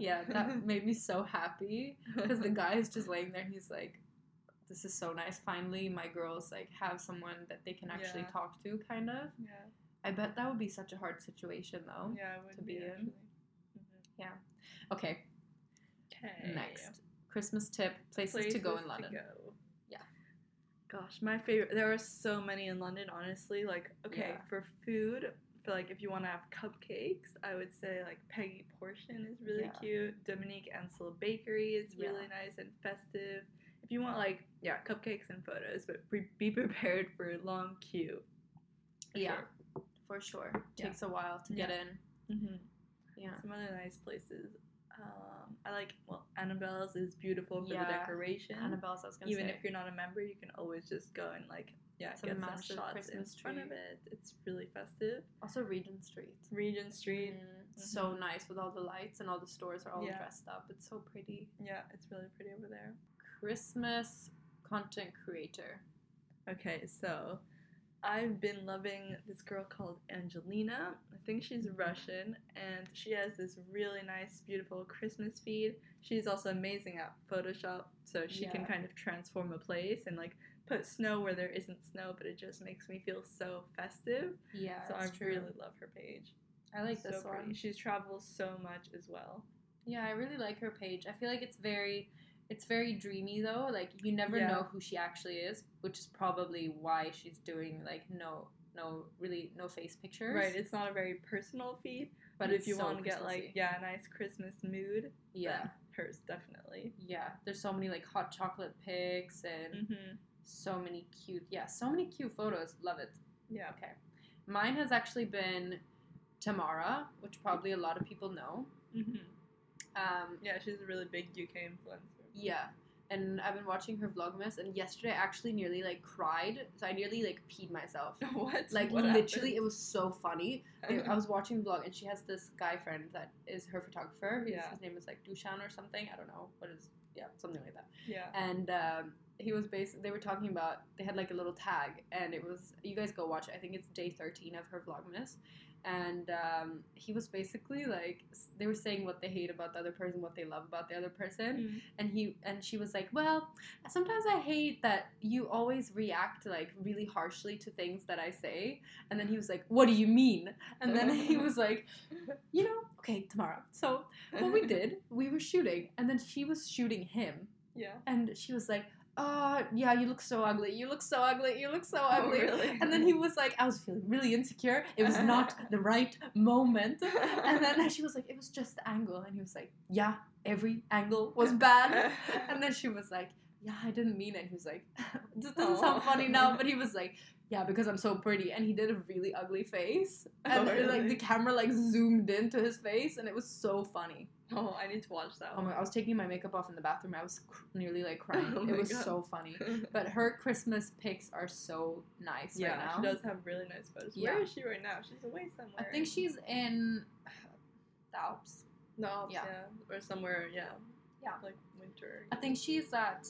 [SPEAKER 2] Yeah, that made me so happy because the guy is just laying there. and He's like, "This is so nice. Finally, my girls like have someone that they can actually
[SPEAKER 1] Yeah.
[SPEAKER 2] talk to." Kind of.
[SPEAKER 1] yeah.
[SPEAKER 2] I bet that would be such a hard situation though.
[SPEAKER 1] Yeah, it would
[SPEAKER 2] to
[SPEAKER 1] be,
[SPEAKER 2] be in.
[SPEAKER 1] actually.
[SPEAKER 2] Okay,
[SPEAKER 1] Okay.
[SPEAKER 2] Mm-hmm. next Christmas tip: places, to go in London.
[SPEAKER 1] go.
[SPEAKER 2] Yeah.
[SPEAKER 1] Gosh, my favorite. There are so many in London, honestly. Like, okay,
[SPEAKER 2] Yeah.
[SPEAKER 1] for food, for like if you want to have cupcakes, I would say like Peggy Portion is really
[SPEAKER 2] Yeah.
[SPEAKER 1] cute. Dominique Ansel Bakery is
[SPEAKER 2] Yeah.
[SPEAKER 1] really nice and festive. If you want like yeah, cupcakes and photos, but pre- be prepared for a long queue.
[SPEAKER 2] Yeah, for sure.
[SPEAKER 1] Yeah.
[SPEAKER 2] Takes a while to get in.
[SPEAKER 1] Mm-hmm.
[SPEAKER 2] Yeah.
[SPEAKER 1] Some other nice places. Um, I like well, Annabelle's is beautiful for the
[SPEAKER 2] Yeah,
[SPEAKER 1] decoration.
[SPEAKER 2] Annabelle's, I was gonna
[SPEAKER 1] even
[SPEAKER 2] say.
[SPEAKER 1] if you're not a member, you can always just go and like yeah,
[SPEAKER 2] It's a
[SPEAKER 1] get some
[SPEAKER 2] massive
[SPEAKER 1] shots
[SPEAKER 2] Christmas
[SPEAKER 1] in front of
[SPEAKER 2] tree.
[SPEAKER 1] it. It's really festive.
[SPEAKER 2] also Regent Street.
[SPEAKER 1] Regent Street. Mm-hmm.
[SPEAKER 2] Mm, So nice with all the lights and all the stores are all
[SPEAKER 1] Yeah.
[SPEAKER 2] dressed up. It's so pretty.
[SPEAKER 1] Mm-hmm. Yeah, it's really pretty over there.
[SPEAKER 2] Christmas content creator.
[SPEAKER 1] Okay, so I've been loving this girl called Angelina. I think she's Russian, and she has this really nice, beautiful Christmas feed. She's also amazing at Photoshop, so she can
[SPEAKER 2] Yeah.
[SPEAKER 1] kind of transform a place and like put snow where there isn't snow, but it just makes me feel so festive.
[SPEAKER 2] Yeah,
[SPEAKER 1] so I
[SPEAKER 2] it's true.
[SPEAKER 1] really love her page.
[SPEAKER 2] I like
[SPEAKER 1] so
[SPEAKER 2] this one.
[SPEAKER 1] pretty. She's traveled so much as well.
[SPEAKER 2] Yeah, I really like her page. I feel like it's very it's very dreamy though. Like you never
[SPEAKER 1] Yeah.
[SPEAKER 2] know who she actually is, which is probably why she's doing like no no really no face pictures.
[SPEAKER 1] Right, it's not a very personal feed, but,
[SPEAKER 2] it's
[SPEAKER 1] if you
[SPEAKER 2] so
[SPEAKER 1] want to get like
[SPEAKER 2] Christmassy.
[SPEAKER 1] yeah, a nice Christmas mood,
[SPEAKER 2] yeah.
[SPEAKER 1] then hers definitely.
[SPEAKER 2] Yeah, there's so many like hot chocolate pics and
[SPEAKER 1] hmm
[SPEAKER 2] so many cute, yeah, so many cute photos. Love it.
[SPEAKER 1] Yeah.
[SPEAKER 2] Okay. Mine has actually been Tamara, which probably a lot of people know.
[SPEAKER 1] hmm
[SPEAKER 2] Um,
[SPEAKER 1] Yeah, she's a really big UK influencer.
[SPEAKER 2] yeah, and I've been watching her Vlogmas, and yesterday I actually nearly like cried. So I nearly like peed myself.
[SPEAKER 1] what?
[SPEAKER 2] Like
[SPEAKER 1] What
[SPEAKER 2] literally, it was so funny.
[SPEAKER 1] happened?
[SPEAKER 2] I was watching the vlog, and she has this guy friend that is her photographer. His,
[SPEAKER 1] Yeah.
[SPEAKER 2] his name is like Dushan or something. I don't know what is. Yeah, something like that.
[SPEAKER 1] yeah.
[SPEAKER 2] and um, he was based. They were talking about they had like a little tag, and it was you guys go watch. It. I think it's day thirteen of her vlogmas, and um, he was basically like s- they were saying what they hate about the other person, what they love about the other person,
[SPEAKER 1] Mm.
[SPEAKER 2] and he and she was like, well, sometimes I hate that you always react like really harshly to things that I say, and then he was like, what do you mean? And then he was like, you know, okay, tomorrow. So what we did, we were shooting, and then she was shooting him.
[SPEAKER 1] Yeah.
[SPEAKER 2] And she was like, Oh, yeah, you look so ugly. You look so ugly. You look so ugly.
[SPEAKER 1] Oh, really?
[SPEAKER 2] And then he was like, I was feeling really insecure. It was not the right moment. And then she was like, It was just the angle. And he was like, Yeah, every angle was bad. And then she was like, Yeah, I didn't mean it. And he was like, This doesn't sound
[SPEAKER 1] Aw.
[SPEAKER 2] funny now. But he was like, Yeah, because I'm so pretty. And he did a really ugly face. And
[SPEAKER 1] Oh,
[SPEAKER 2] like
[SPEAKER 1] really?
[SPEAKER 2] the camera like zoomed into his face. And it was so funny.
[SPEAKER 1] oh, I need to watch that
[SPEAKER 2] Oh
[SPEAKER 1] one.
[SPEAKER 2] my! I was taking my makeup off in the bathroom. I was cr- nearly like crying.
[SPEAKER 1] Oh
[SPEAKER 2] it
[SPEAKER 1] my
[SPEAKER 2] was
[SPEAKER 1] God.
[SPEAKER 2] so funny. But her Christmas pics are so nice
[SPEAKER 1] yeah,
[SPEAKER 2] right now.
[SPEAKER 1] she does have really nice photos.
[SPEAKER 2] Yeah.
[SPEAKER 1] Where is she right now? She's away
[SPEAKER 2] I
[SPEAKER 1] somewhere.
[SPEAKER 2] think she's in the Alps.
[SPEAKER 1] No.
[SPEAKER 2] yeah.
[SPEAKER 1] Yeah. Or somewhere. Yeah.
[SPEAKER 2] Yeah.
[SPEAKER 1] Like winter.
[SPEAKER 2] I think she's at.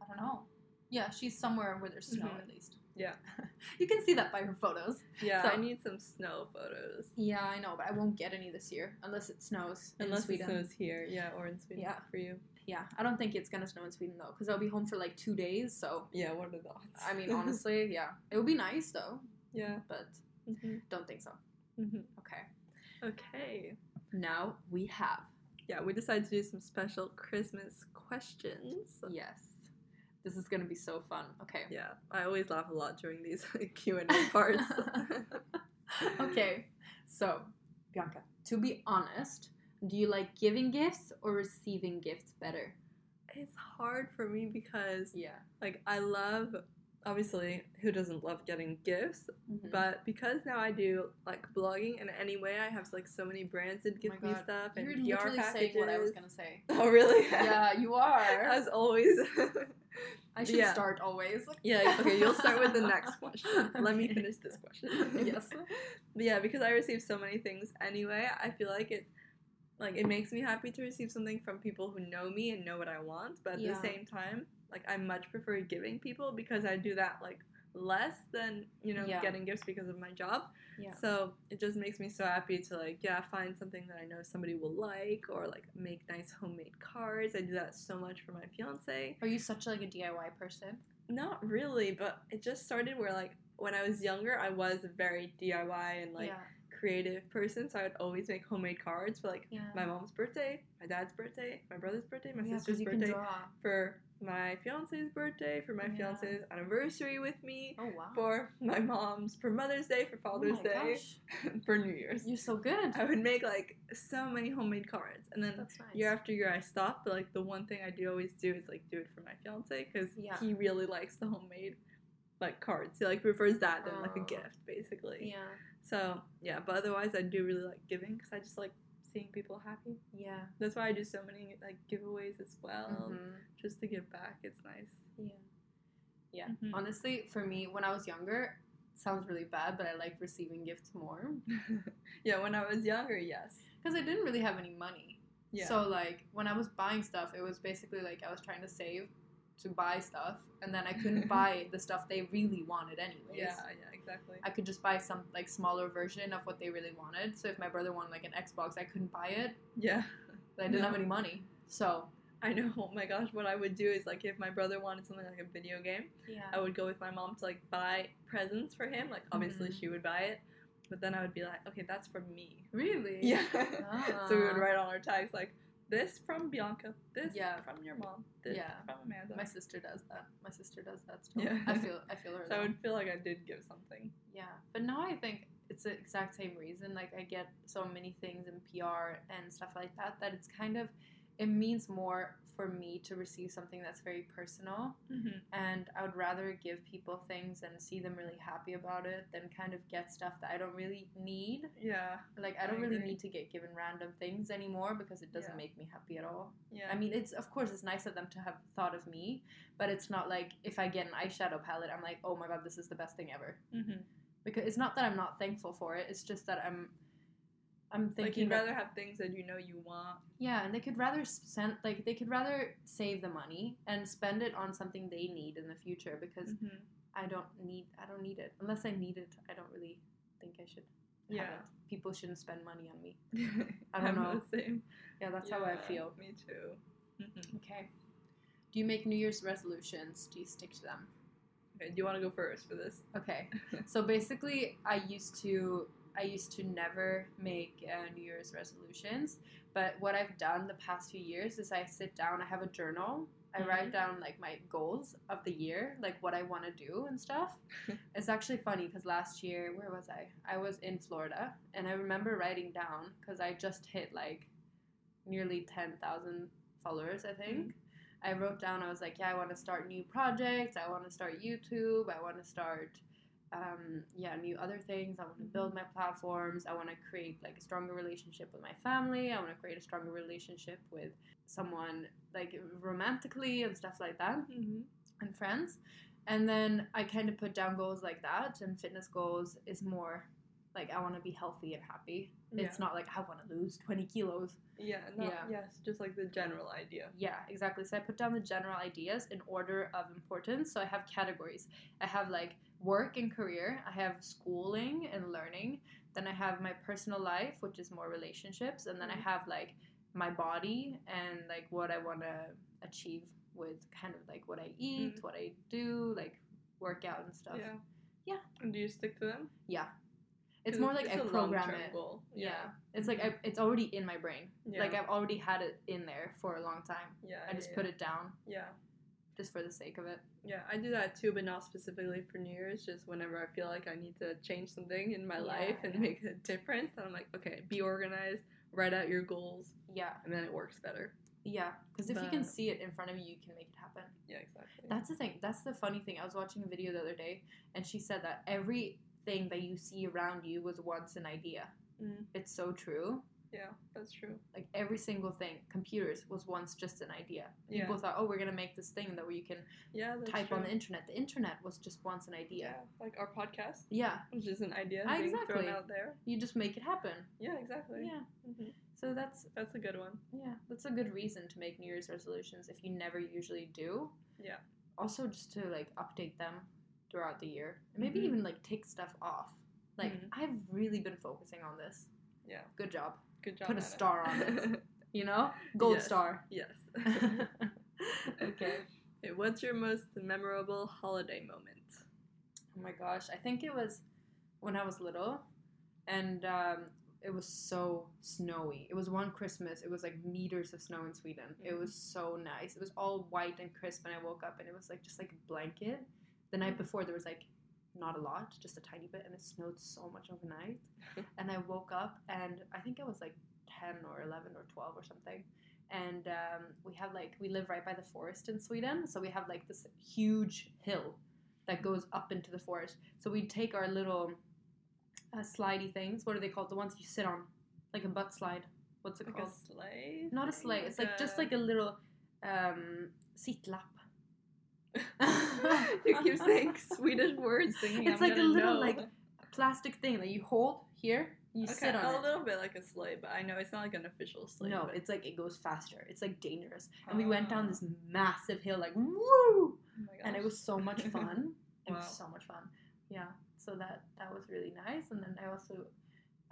[SPEAKER 2] I don't know. Yeah, she's somewhere where there's snow
[SPEAKER 1] Mhm.
[SPEAKER 2] at least.
[SPEAKER 1] Yeah.
[SPEAKER 2] you can see that by her photos.
[SPEAKER 1] Yeah.
[SPEAKER 2] so-
[SPEAKER 1] I need some snow photos.
[SPEAKER 2] Yeah, I know, but I won't get any this year unless it snows in
[SPEAKER 1] Unless it
[SPEAKER 2] Sweden.
[SPEAKER 1] snows here. Yeah. Or in Sweden.
[SPEAKER 2] Yeah.
[SPEAKER 1] For you.
[SPEAKER 2] Yeah, I don't think it's gonna snow in Sweden though, because I'll be home for like two days. So
[SPEAKER 1] Yeah. What are the odds?
[SPEAKER 2] I mean, honestly, yeah, it would be nice though,
[SPEAKER 1] yeah.
[SPEAKER 2] but
[SPEAKER 1] hmm
[SPEAKER 2] don't think so.
[SPEAKER 1] hmm
[SPEAKER 2] Okay.
[SPEAKER 1] Okay.
[SPEAKER 2] Now we have.
[SPEAKER 1] Yeah, we decided to do some special Christmas questions.
[SPEAKER 2] Yes. This is going to be so fun. Okay.
[SPEAKER 1] Yeah, I always laugh a lot during these Q and A parts.
[SPEAKER 2] Okay. So, Bianca, to be honest, do you like giving gifts or receiving gifts better?
[SPEAKER 1] it's hard for me because
[SPEAKER 2] Yeah.
[SPEAKER 1] like I love obviously who doesn't love getting gifts,
[SPEAKER 2] Mm-hmm.
[SPEAKER 1] but because now I do like blogging in any way, I have like so many brands that give me
[SPEAKER 2] Oh God.
[SPEAKER 1] stuff and
[SPEAKER 2] You're
[SPEAKER 1] PR
[SPEAKER 2] literally
[SPEAKER 1] packages.
[SPEAKER 2] saying what I was going to say.
[SPEAKER 1] oh really?
[SPEAKER 2] yeah, you are.
[SPEAKER 1] As always.
[SPEAKER 2] I should
[SPEAKER 1] yeah.
[SPEAKER 2] start always.
[SPEAKER 1] yeah. Okay, you'll start with the next question. Let me
[SPEAKER 2] Okay.
[SPEAKER 1] finish this question.
[SPEAKER 2] yes.
[SPEAKER 1] But yeah, because I receive so many things anyway, I feel like it like it makes me happy to receive something from people who know me and know what I want, but at
[SPEAKER 2] Yeah.
[SPEAKER 1] the same time, like I much prefer giving people because I do that like less than, you know,
[SPEAKER 2] Yeah.
[SPEAKER 1] getting gifts because of my job.
[SPEAKER 2] Yeah.
[SPEAKER 1] So, it just makes me so happy to like yeah, find something that I know somebody will like or like make nice homemade cards. I do that so much for my fiance.
[SPEAKER 2] Are you such like a DIY person?
[SPEAKER 1] Not really, but it just started where like when I was younger, I was very DIY and like
[SPEAKER 2] yeah.
[SPEAKER 1] creative person, so I would always make homemade cards for like
[SPEAKER 2] Yeah.
[SPEAKER 1] my mom's birthday, my dad's birthday, my brother's birthday, my
[SPEAKER 2] Yeah, 'cause
[SPEAKER 1] sister's
[SPEAKER 2] you can
[SPEAKER 1] birthday,
[SPEAKER 2] draw.
[SPEAKER 1] for my fiance's birthday, for my
[SPEAKER 2] Yeah.
[SPEAKER 1] fiance's anniversary with me,
[SPEAKER 2] Oh wow.
[SPEAKER 1] for my mom's for Mother's Day, for Father's
[SPEAKER 2] oh my
[SPEAKER 1] Day,
[SPEAKER 2] Gosh.
[SPEAKER 1] for New Year's.
[SPEAKER 2] You're so good.
[SPEAKER 1] I would make like so many homemade cards, and then
[SPEAKER 2] That's nice.
[SPEAKER 1] year after year I stopped. But like the one thing I do always do is like do it for my fiance because
[SPEAKER 2] Yeah.
[SPEAKER 1] he really likes the homemade like cards. He like prefers that than like a
[SPEAKER 2] Oh.
[SPEAKER 1] gift, basically.
[SPEAKER 2] Yeah.
[SPEAKER 1] So yeah, but otherwise I do really like giving because I just like seeing people happy.
[SPEAKER 2] Yeah.
[SPEAKER 1] That's why I do so many like giveaways as well,
[SPEAKER 2] Mhm.
[SPEAKER 1] just to give back. It's nice.
[SPEAKER 2] Yeah. Yeah.
[SPEAKER 1] Mhm.
[SPEAKER 2] Honestly, for me, when I was younger, it sounds really bad, but I liked receiving gifts more
[SPEAKER 1] yeah, when I was younger, yes.
[SPEAKER 2] because I didn't really have any money.
[SPEAKER 1] Yeah.
[SPEAKER 2] So like when I was buying stuff, it was basically like I was trying to save to buy stuff, and then I couldn't buy the stuff they really wanted anyways.
[SPEAKER 1] Yeah, yeah, exactly.
[SPEAKER 2] I could just buy some like smaller version of what they really wanted. So if my brother wanted like an Xbox, I couldn't buy it.
[SPEAKER 1] Yeah.
[SPEAKER 2] But I didn't
[SPEAKER 1] No.
[SPEAKER 2] have any money. So
[SPEAKER 1] I know. Oh my gosh, what I would do is like if my brother wanted something like a video game, I
[SPEAKER 2] yeah,
[SPEAKER 1] would go with my mom to like buy presents for him. Like obviously
[SPEAKER 2] Mhm.
[SPEAKER 1] she would buy it, but then I would be like, okay, that's for me.
[SPEAKER 2] really,
[SPEAKER 1] Yeah. so we would
[SPEAKER 2] Ah.
[SPEAKER 1] write on our tags like this from Bianca, this
[SPEAKER 2] Yeah.
[SPEAKER 1] from your mom, this
[SPEAKER 2] Yeah.
[SPEAKER 1] from Amanda.
[SPEAKER 2] My sister does that. My sister does that still.
[SPEAKER 1] Yeah.
[SPEAKER 2] I feel I feel her.
[SPEAKER 1] so I
[SPEAKER 2] though.
[SPEAKER 1] would feel like I did give something.
[SPEAKER 2] Yeah, but now I think it's the exact same reason. Like I get so many things in PR and stuff like that that it's kind of it means more for me to receive something that's very personal and I would rather give people things and see them really happy about it than kind of get stuff that I don't really need.
[SPEAKER 1] Yeah,
[SPEAKER 2] Like I
[SPEAKER 1] I
[SPEAKER 2] don't really
[SPEAKER 1] agree.
[SPEAKER 2] need to get given random things anymore because it doesn't
[SPEAKER 1] Yeah.
[SPEAKER 2] make me happy at all.
[SPEAKER 1] yeah.
[SPEAKER 2] I mean, it's of course it's nice of them to have thought of me, but it's not like if I get an eyeshadow palette, I'm like, oh my god, this is the best thing ever.
[SPEAKER 1] Mhm.
[SPEAKER 2] Because it's not that I'm not thankful for it. It's just that I'm, I'm
[SPEAKER 1] like
[SPEAKER 2] thinking
[SPEAKER 1] you'd
[SPEAKER 2] that-
[SPEAKER 1] rather have things that you know you want.
[SPEAKER 2] yeah, and they could rather spend like they could rather save the money and spend it on something they need in the future because
[SPEAKER 1] Mhm.
[SPEAKER 2] I don't need I don't need it unless I need it. I don't really think I should. have
[SPEAKER 1] Yeah,
[SPEAKER 2] it. people shouldn't spend money on me.
[SPEAKER 1] I
[SPEAKER 2] don't know.
[SPEAKER 1] Mm-hmm. The same.
[SPEAKER 2] Yeah, that's how I
[SPEAKER 1] Yeah,
[SPEAKER 2] feel.
[SPEAKER 1] Me too. Mhm.
[SPEAKER 2] Okay. Do you make New Year's resolutions? Do you stick to them?
[SPEAKER 1] Okay, do you want to go first for this?
[SPEAKER 2] Okay. so basically, I used to I used to never make uh, New Year's resolutions, but what I've done the past few years is I sit down, I have a journal. I write down like my goals of the year, like what I want to do and stuff. it's actually funny because last year, where was I? I was in Florida, and I remember writing down because I just hit like nearly ten thousand followers, I think. I wrote down, I was like, yeah, I want to start new projects. I want to start YouTube. I want to start, um, yeah, new other things. I want to build my platforms. I want to create like a stronger relationship with my family. I want to create a stronger relationship with someone like romantically and stuff like that
[SPEAKER 1] Mm-hmm.
[SPEAKER 2] and friends. And then I kind of put down goals like that, and fitness goals is more like I want to be healthy and happy. It's not like I want to lose 20 kilos.
[SPEAKER 1] Yeah, not,
[SPEAKER 2] Yeah.
[SPEAKER 1] yes, just like the general idea.
[SPEAKER 2] Yeah, exactly. So I put down the general ideas in order of importance. So I have categories. I have like work and career, I have schooling and learning, then I have my personal life, which is more relationships, and then
[SPEAKER 1] Mhm.
[SPEAKER 2] I have like my body and like what I want to achieve with kind of like what I eat, what I do, like workout and stuff.
[SPEAKER 1] Mm. Yeah.
[SPEAKER 2] Yeah.
[SPEAKER 1] And do you stick to them?
[SPEAKER 2] Yeah. It's
[SPEAKER 1] 'Cause
[SPEAKER 2] more like I
[SPEAKER 1] a
[SPEAKER 2] program
[SPEAKER 1] long-term
[SPEAKER 2] it.
[SPEAKER 1] Goal. Mm-hmm.
[SPEAKER 2] Yeah. It's like I, it's already in my brain.
[SPEAKER 1] Yeah.
[SPEAKER 2] Like I've already had it in there for a long time.
[SPEAKER 1] yeah,
[SPEAKER 2] I just put it down
[SPEAKER 1] Yeah.
[SPEAKER 2] just for the sake of it.
[SPEAKER 1] Yeah, I do that too, but not specifically for New Year's. Just whenever I feel like I need to change something in my
[SPEAKER 2] Yeah,
[SPEAKER 1] life and
[SPEAKER 2] yeah.
[SPEAKER 1] make a difference, then I'm like, okay, be organized, write out your goals,
[SPEAKER 2] Yeah,
[SPEAKER 1] and then it works better.
[SPEAKER 2] yeah. Because if you can
[SPEAKER 1] But-
[SPEAKER 2] see it in front of you, you can make it happen.
[SPEAKER 1] Yeah, exactly.
[SPEAKER 2] That's the thing. That's the funny thing. I was watching a video the other day, and she said that everything that you see around you was once an idea.
[SPEAKER 1] Mm.
[SPEAKER 2] It's so true.
[SPEAKER 1] yeah, that's true.
[SPEAKER 2] Like every single thing, computers was once just an idea.
[SPEAKER 1] Yeah.
[SPEAKER 2] People thought, oh, we're gonna make this thing that where you can
[SPEAKER 1] Yeah, that's
[SPEAKER 2] type
[SPEAKER 1] true.
[SPEAKER 2] on the internet. The internet was just once an idea.
[SPEAKER 1] Yeah, like our podcast,
[SPEAKER 2] Yeah,
[SPEAKER 1] which is an idea
[SPEAKER 2] Ah,
[SPEAKER 1] being
[SPEAKER 2] exactly.
[SPEAKER 1] thrown out there.
[SPEAKER 2] you just make it happen.
[SPEAKER 1] Yeah, exactly.
[SPEAKER 2] Yeah.
[SPEAKER 1] Mhm.
[SPEAKER 2] So that's
[SPEAKER 1] That's a good one.
[SPEAKER 2] Yeah, that's a good reason to make New Year's resolutions if you never usually do.
[SPEAKER 1] Yeah.
[SPEAKER 2] Also, just to like update them throughout the year, and maybe
[SPEAKER 1] Mhm.
[SPEAKER 2] even like take stuff off. Like
[SPEAKER 1] Mhm.
[SPEAKER 2] I've really been focusing on this.
[SPEAKER 1] Yeah.
[SPEAKER 2] Good job.
[SPEAKER 1] Good job.
[SPEAKER 2] Put a
[SPEAKER 1] Anna.
[SPEAKER 2] star on it. You know, gold
[SPEAKER 1] Yes.
[SPEAKER 2] star.
[SPEAKER 1] yes.
[SPEAKER 2] okay.
[SPEAKER 1] Okay, what's your most memorable holiday moment?
[SPEAKER 2] Oh my gosh, I think it was when I was little, and um, it was so snowy. It was one Christmas. It was like meters of snow in Sweden. It was so nice. It was all white and crisp, and I woke up and it was like just like a blanket. The night before there was like not a lot, just a tiny bit, and it snowed so much overnight. and I woke up and I think I was like ten or eleven or twelve or something. And um, we have like we live right by the forest in Sweden, so we have like this huge hill that goes up into the forest. So we'd take our little uh, slidey things. What are they called? The ones you sit on, like a butt slide. What's it
[SPEAKER 1] Like
[SPEAKER 2] called?
[SPEAKER 1] a sleigh?
[SPEAKER 2] Not a
[SPEAKER 1] thing?
[SPEAKER 2] sleigh. It's like just like a little um, seatlap.
[SPEAKER 1] you keep saying Swedish words. Thinking
[SPEAKER 2] It's
[SPEAKER 1] I'm
[SPEAKER 2] like a
[SPEAKER 1] gonna
[SPEAKER 2] little,
[SPEAKER 1] know.
[SPEAKER 2] like- plastic thing that you hold here You
[SPEAKER 1] Okay,
[SPEAKER 2] sit on
[SPEAKER 1] a
[SPEAKER 2] it.
[SPEAKER 1] little bit like a sleigh, but I know it's not like an official sleigh.
[SPEAKER 2] No,
[SPEAKER 1] but-
[SPEAKER 2] it's like it goes faster. It's like dangerous. And we went down
[SPEAKER 1] Ah.
[SPEAKER 2] this massive hill, like woo,
[SPEAKER 1] Oh my
[SPEAKER 2] and it
[SPEAKER 1] gosh.
[SPEAKER 2] was so much fun. It
[SPEAKER 1] Wow.
[SPEAKER 2] was so much fun. Yeah. So that that was really nice. And then I also,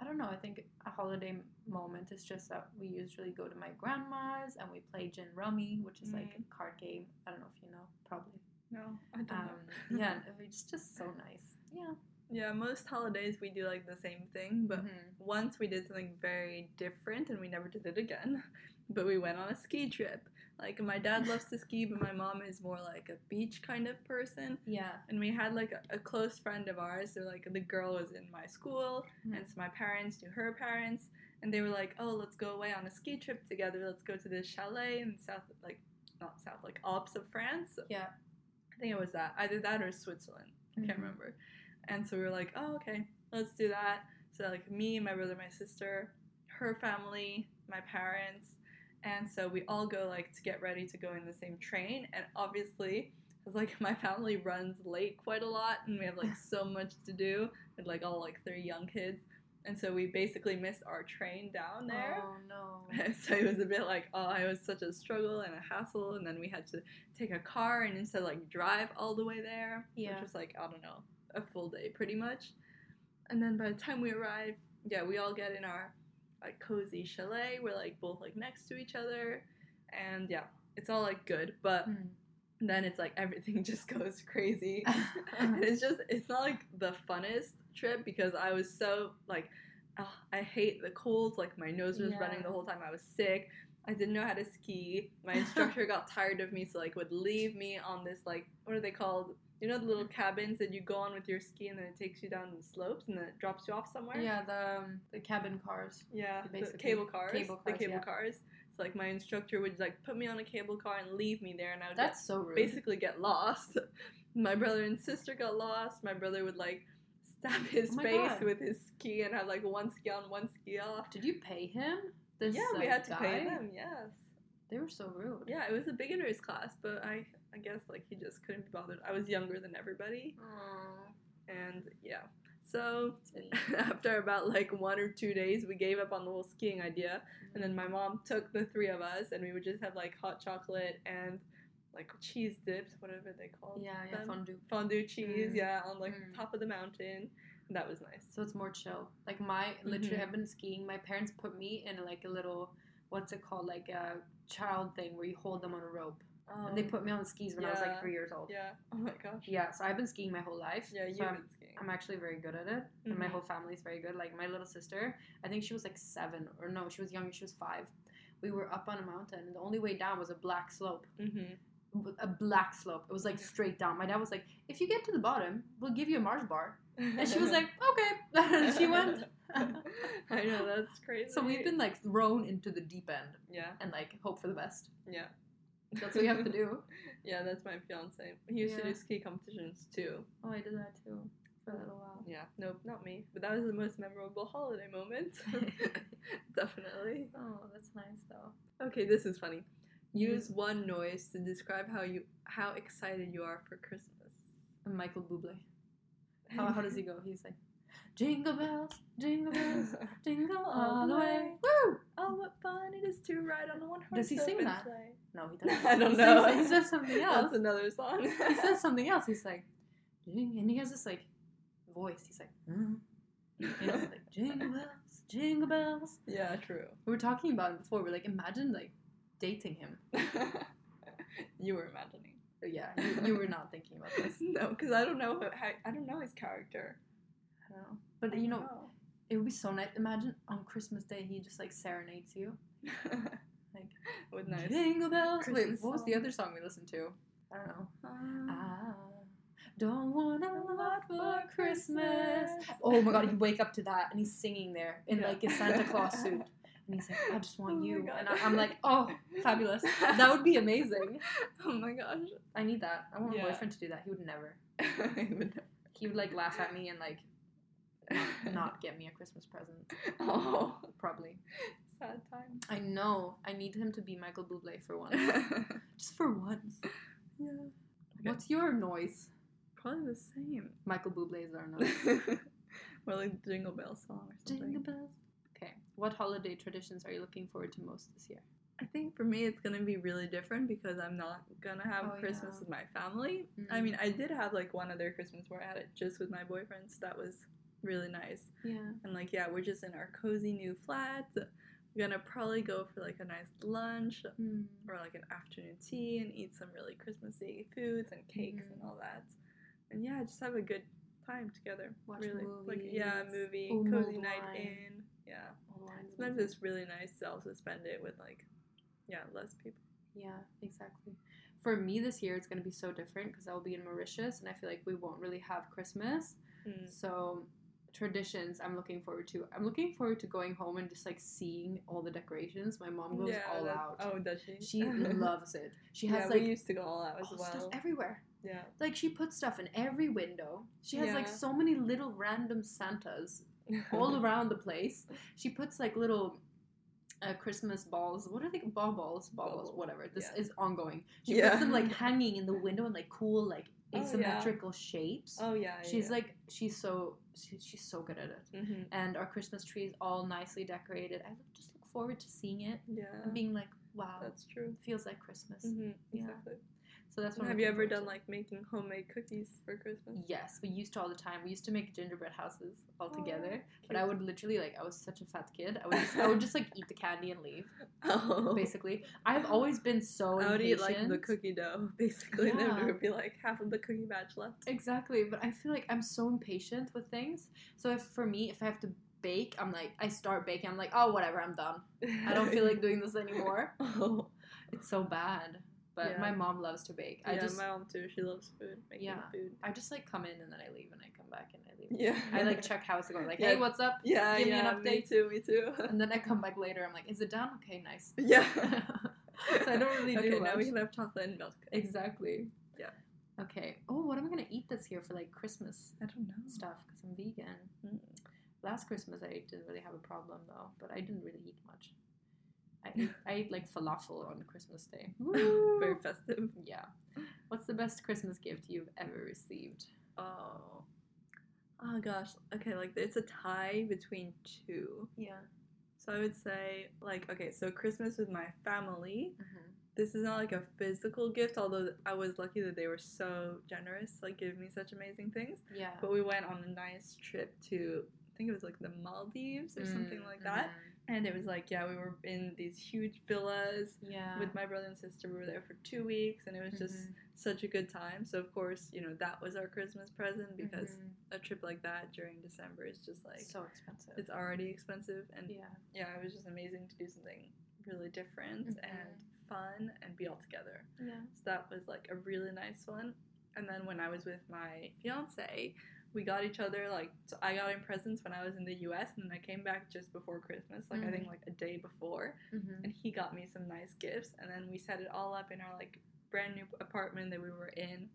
[SPEAKER 2] I don't know. I think a holiday m- moment is just that we usually go to my grandma's and we play gin rummy, which is like a card game. I don't know if you know, probably.
[SPEAKER 1] no, Mm. I don't
[SPEAKER 2] Um,
[SPEAKER 1] know.
[SPEAKER 2] yeah, and it's just so nice. Yeah.
[SPEAKER 1] yeah. Most holidays we do like the same thing, but
[SPEAKER 2] Mhm.
[SPEAKER 1] once we did something very different and we never did it again. But we went on a ski trip. Like my dad loves to ski, but my mom is more like a beach kind of person.
[SPEAKER 2] Yeah.
[SPEAKER 1] And we had like a, a close friend of ours. So like the girl was in my school,
[SPEAKER 2] Mhm.
[SPEAKER 1] and so my parents knew her parents, and they were like, "Oh, let's go away on a ski trip together. Let's go to this chalet in south, like not south, like Alps of France.
[SPEAKER 2] Yeah.
[SPEAKER 1] I think it was that either that or Switzerland. I
[SPEAKER 2] Mhm.
[SPEAKER 1] can't remember. And so we were like, "Oh, okay, let's do that." So like me, my brother, my sister, her family, my parents, and so we all go like to get ready to go in the same train. And obviously, because like my family runs late quite a lot, and we have like so much to do with like all like three young kids, and so we basically missed our train down there.
[SPEAKER 2] Oh no.
[SPEAKER 1] So it was a bit like, oh, it was such a struggle and a hassle, and then we had to take a car and instead like drive all the way there,
[SPEAKER 2] Yeah.
[SPEAKER 1] which was like I don't know, a full day pretty much. And then by the time we arrived, yeah, we all get in our like cozy chalet. We're like both like next to each other, and yeah, it's all like good. But
[SPEAKER 2] Mm.
[SPEAKER 1] then it's like everything just goes crazy.
[SPEAKER 2] Uh-huh.
[SPEAKER 1] And it's just it's not like the funnest trip because I was so like ah, I hate the colds like my nose was
[SPEAKER 2] Yeah.
[SPEAKER 1] running the whole time I was sick I didn't know how to ski my instructor got tired of me so like would leave me on this like what are they called you know the little cabins that you go on with your ski and then it takes you down the slopes and then it drops you off somewhere
[SPEAKER 2] yeah. The um, the cabin cars.
[SPEAKER 1] yeah,
[SPEAKER 2] The
[SPEAKER 1] the
[SPEAKER 2] basic
[SPEAKER 1] cable cars,
[SPEAKER 2] cable
[SPEAKER 1] the
[SPEAKER 2] cars,
[SPEAKER 1] cable
[SPEAKER 2] yeah.
[SPEAKER 1] cars so like my instructor would like put me on a cable car and leave me there and I would get
[SPEAKER 2] That's so rude.
[SPEAKER 1] basically get lost. My brother and sister got lost. My brother would like stab his
[SPEAKER 2] Oh my
[SPEAKER 1] face
[SPEAKER 2] God.
[SPEAKER 1] with his ski and have like one ski on, one ski off.
[SPEAKER 2] Did you pay him? This,
[SPEAKER 1] yeah, we
[SPEAKER 2] uh,
[SPEAKER 1] had to pay
[SPEAKER 2] guy?
[SPEAKER 1] them. Yes.
[SPEAKER 2] They were so rude.
[SPEAKER 1] Yeah, it was a beginners class, but I I guess like he just couldn't be bothered. I was younger than everybody, and yeah. So
[SPEAKER 2] Sweet.
[SPEAKER 1] after about like one or two days, we gave up on the whole skiing idea, and then my mom took the three of us, and we would just have like hot chocolate and like cheese dips, whatever they call
[SPEAKER 2] Oh, Yeah, yeah,
[SPEAKER 1] them
[SPEAKER 2] fondue.
[SPEAKER 1] fondue cheese,
[SPEAKER 2] Mm.
[SPEAKER 1] yeah, on like
[SPEAKER 2] Mm.
[SPEAKER 1] top of the mountain. And that was nice.
[SPEAKER 2] So it's more chill. Like my, literally,
[SPEAKER 1] Mhm.
[SPEAKER 2] I've been skiing. My parents put me in like a little, what's it called, like a child thing where you hold them on a rope, and they put me on the skis when I was
[SPEAKER 1] Oh. yeah,
[SPEAKER 2] like three years old. Yeah.
[SPEAKER 1] Yeah. Oh my gosh.
[SPEAKER 2] so I've been skiing my whole life.
[SPEAKER 1] Yeah, you've
[SPEAKER 2] so I'm,
[SPEAKER 1] been skiing.
[SPEAKER 2] I'm actually very good at it, and my
[SPEAKER 1] Mhm.
[SPEAKER 2] whole family's very good. Like my little sister, I think she was like seven or no, she was young. She was five. We were up on a mountain, and the only way down was a black slope.
[SPEAKER 1] Mm-hmm.
[SPEAKER 2] a black slope. It was like straight down. My dad was like, "If you get to the bottom, we'll give you a Mars bar." And she was like, "Okay." And she went.
[SPEAKER 1] I know that's crazy.
[SPEAKER 2] So we've been like thrown into the deep end
[SPEAKER 1] Yeah,
[SPEAKER 2] and like hope for the best.
[SPEAKER 1] yeah,
[SPEAKER 2] That's what you have to do.
[SPEAKER 1] yeah. That's my fiance. He used to
[SPEAKER 2] Yeah.
[SPEAKER 1] do ski competitions too.
[SPEAKER 2] Oh, I did that too for a little while.
[SPEAKER 1] Yeah. Nope, not me. But that was the most memorable holiday moment. Definitely.
[SPEAKER 2] Oh, that's nice though. Mm.
[SPEAKER 1] Okay, this is funny. Use one noise to describe how you how excited you are for Christmas.
[SPEAKER 2] And Michael Bublé. How, how does he go? He's like, "Jingle bells, jingle bells, jingle all the way." Woo!
[SPEAKER 1] Oh, what fun it is to ride on a one horse.
[SPEAKER 2] Does he sing
[SPEAKER 1] open
[SPEAKER 2] that?
[SPEAKER 1] sleigh.
[SPEAKER 2] No, he doesn't.
[SPEAKER 1] I don't
[SPEAKER 2] He
[SPEAKER 1] know.
[SPEAKER 2] says- he says something else.
[SPEAKER 1] That's another song.
[SPEAKER 2] he says something else. He's like, "Jing," and he has this like voice. He's like, "Mm," you know, like jingle bells, jingle bells.
[SPEAKER 1] yeah, true.
[SPEAKER 2] We were talking about it before. We're like, imagine like dating him.
[SPEAKER 1] you were imagining.
[SPEAKER 2] But yeah, you, you were not thinking about this.
[SPEAKER 1] no, because I don't know. How, I don't know his character.
[SPEAKER 2] I don't know. But you know, it would be so nice. Imagine on Christmas Day he just like serenades you. Like,
[SPEAKER 1] with Oh. nice.
[SPEAKER 2] Jingle bells. Wait,
[SPEAKER 1] Christmas
[SPEAKER 2] what was the
[SPEAKER 1] song.
[SPEAKER 2] other song we listened to? I don't know.
[SPEAKER 1] Ah.
[SPEAKER 2] I don't want a lot for Christmas. Oh my god, you wake up to that and he's singing there in
[SPEAKER 1] Yeah.
[SPEAKER 2] like a Santa Claus suit. And he's like, I just want
[SPEAKER 1] Oh my
[SPEAKER 2] you.
[SPEAKER 1] God.
[SPEAKER 2] And I, I'm like, oh, fabulous. That would be amazing.
[SPEAKER 1] Oh my gosh.
[SPEAKER 2] I need that. I want
[SPEAKER 1] Yeah.
[SPEAKER 2] my boyfriend to do that. He would never.
[SPEAKER 1] I would
[SPEAKER 2] He would like laugh at me and like
[SPEAKER 1] never-
[SPEAKER 2] not get me a Christmas present,
[SPEAKER 1] Oh,
[SPEAKER 2] probably.
[SPEAKER 1] sad time.
[SPEAKER 2] I know. I need him to be Michael Bublé for once.
[SPEAKER 1] yeah.
[SPEAKER 2] just for once. What's your noise?
[SPEAKER 1] Probably the same.
[SPEAKER 2] Michael Bublé is our noise.
[SPEAKER 1] Or like the Jingle Bell song or something.
[SPEAKER 2] Jingle bells. Okay. What holiday traditions are you looking forward to most this year?
[SPEAKER 1] I think for me it's gonna be really different because I'm not gonna have
[SPEAKER 2] Oh,
[SPEAKER 1] Christmas
[SPEAKER 2] yeah.
[SPEAKER 1] with my family. I
[SPEAKER 2] Mm.
[SPEAKER 1] mean, I did have like one other Christmas where I had it just with my boyfriend, so that was really nice.
[SPEAKER 2] Yeah.
[SPEAKER 1] And like, yeah, we're just in our cozy new flat. We're gonna probably go for like a nice lunch
[SPEAKER 2] Hmm.
[SPEAKER 1] or like an afternoon tea and eat some really Christmassy foods and cakes
[SPEAKER 2] Mhm.
[SPEAKER 1] and all that. And yeah, just have a good time together.
[SPEAKER 2] Watch
[SPEAKER 1] really, like yeah, movie,
[SPEAKER 2] movies, or mulled
[SPEAKER 1] cozy night
[SPEAKER 2] wine.
[SPEAKER 1] in. Yeah, sometimes it's really nice to also spend it with like, yeah, less people.
[SPEAKER 2] Yeah, exactly. For me this year, it's going to be so different because I'll be in Mauritius and I feel like we won't really have Christmas.
[SPEAKER 1] Mm.
[SPEAKER 2] So, traditions I'm looking forward to. I'm looking forward to going home and just like seeing all the decorations. My mom goes
[SPEAKER 1] yeah,
[SPEAKER 2] all
[SPEAKER 1] that-
[SPEAKER 2] out.
[SPEAKER 1] Oh, does she?
[SPEAKER 2] She loves it. She
[SPEAKER 1] Yeah,
[SPEAKER 2] has like
[SPEAKER 1] we used to go all out as
[SPEAKER 2] all
[SPEAKER 1] well.
[SPEAKER 2] stuff Oh, everywhere.
[SPEAKER 1] yeah.
[SPEAKER 2] Like she puts stuff in every window. She has like
[SPEAKER 1] Yeah.
[SPEAKER 2] so many little random Santas all around the place. She puts like little uh, Christmas balls. What are they? Ball balls, ball balls,
[SPEAKER 1] Bubble.
[SPEAKER 2] whatever. This
[SPEAKER 1] Yeah.
[SPEAKER 2] is ongoing. She
[SPEAKER 1] Yeah.
[SPEAKER 2] puts them like hanging in the window in like cool, like
[SPEAKER 1] Oh, yeah.
[SPEAKER 2] asymmetrical shapes.
[SPEAKER 1] Oh yeah.
[SPEAKER 2] she's like she's so she, she's so good at it.
[SPEAKER 1] hmm
[SPEAKER 2] And our Christmas tree is all nicely decorated. I look- just look forward to seeing it
[SPEAKER 1] Yeah.
[SPEAKER 2] and being like, wow,
[SPEAKER 1] Uh-huh. That's true.
[SPEAKER 2] feels like Christmas.
[SPEAKER 1] hmm
[SPEAKER 2] Yeah.
[SPEAKER 1] Exactly.
[SPEAKER 2] So that's what I'm
[SPEAKER 1] Have you
[SPEAKER 2] looking
[SPEAKER 1] ever
[SPEAKER 2] forward
[SPEAKER 1] done
[SPEAKER 2] to.
[SPEAKER 1] like making homemade cookies for Christmas?
[SPEAKER 2] Yes, we used to all the time. We used to make gingerbread houses all
[SPEAKER 1] Aw,
[SPEAKER 2] together. But I
[SPEAKER 1] cute.
[SPEAKER 2] would literally like I was such a fat kid. I would just, I would just like eat the candy and leave.
[SPEAKER 1] Oh.
[SPEAKER 2] Basically, I've always been so
[SPEAKER 1] I would eat like
[SPEAKER 2] impatient.
[SPEAKER 1] the cookie dough, basically. and Then
[SPEAKER 2] Yeah.
[SPEAKER 1] there would be like half of the cookie batch left.
[SPEAKER 2] Exactly, but I feel like I'm so impatient with things. So if for me, if I have to bake, I'm like I start baking. I'm like oh whatever, I'm done. I don't feel like doing this anymore.
[SPEAKER 1] Oh,
[SPEAKER 2] It's so bad. But
[SPEAKER 1] Yeah.
[SPEAKER 2] my mom loves to bake. I
[SPEAKER 1] yeah,
[SPEAKER 2] just
[SPEAKER 1] my mom too. She loves food, making
[SPEAKER 2] Yeah.
[SPEAKER 1] food.
[SPEAKER 2] I just like come in and then I leave and I come back and I leave.
[SPEAKER 1] Yeah,
[SPEAKER 2] I like check how it's going. Like
[SPEAKER 1] Yeah.
[SPEAKER 2] hey, what's up?
[SPEAKER 1] Yeah,
[SPEAKER 2] give me
[SPEAKER 1] yeah, Me
[SPEAKER 2] an update.
[SPEAKER 1] too. Me too.
[SPEAKER 2] And then I come back later. I'm like, is it done? Okay, nice.
[SPEAKER 1] yeah.
[SPEAKER 2] so I don't really
[SPEAKER 1] okay,
[SPEAKER 2] do
[SPEAKER 1] now
[SPEAKER 2] much.
[SPEAKER 1] we can have chocolate and milk.
[SPEAKER 2] Exactly.
[SPEAKER 1] Yeah.
[SPEAKER 2] Okay. Oh, what am I gonna eat this year for like Christmas
[SPEAKER 1] I don't know.
[SPEAKER 2] stuff? Because I'm vegan.
[SPEAKER 1] Mm.
[SPEAKER 2] Last Christmas I didn't really have a problem though, but I didn't really eat much. I ate, I ate like falafel on Christmas Day.
[SPEAKER 1] Very
[SPEAKER 2] Woo!
[SPEAKER 1] festive.
[SPEAKER 2] yeah. What's the best Christmas gift you've ever received?
[SPEAKER 1] Oh. Oh gosh. Okay, like it's a tie between two.
[SPEAKER 2] Yeah.
[SPEAKER 1] So I would say like okay, so Christmas with my family. This is not like a physical gift, although I was lucky that they were so generous, like giving me such amazing things.
[SPEAKER 2] Yeah.
[SPEAKER 1] But we went on a nice trip to I think it was like the Maldives or something like
[SPEAKER 2] Mm-hmm.
[SPEAKER 1] that. And it was like, yeah, we were in these huge villas
[SPEAKER 2] Mm-hmm. Yeah. Mm-hmm.
[SPEAKER 1] with my brother and sister. We were there for two weeks and it was just such a good time. So of course, you know, that was our Christmas present because a trip like that during December is just like
[SPEAKER 2] Mm-hmm. so expensive.
[SPEAKER 1] it's already expensive and
[SPEAKER 2] yeah.
[SPEAKER 1] yeah, it was just amazing to do something really different
[SPEAKER 2] Mhm.
[SPEAKER 1] and fun and be all together.
[SPEAKER 2] Yeah.
[SPEAKER 1] So that was like a really nice one. And then when I was with my fiance, we got each other like so I got him presents when I was in the US and then I came back just before Christmas, like I think
[SPEAKER 2] Mm-hmm.
[SPEAKER 1] like a day before, and he got me some nice gifts and then we set it all up in our like brand new apartment that we were in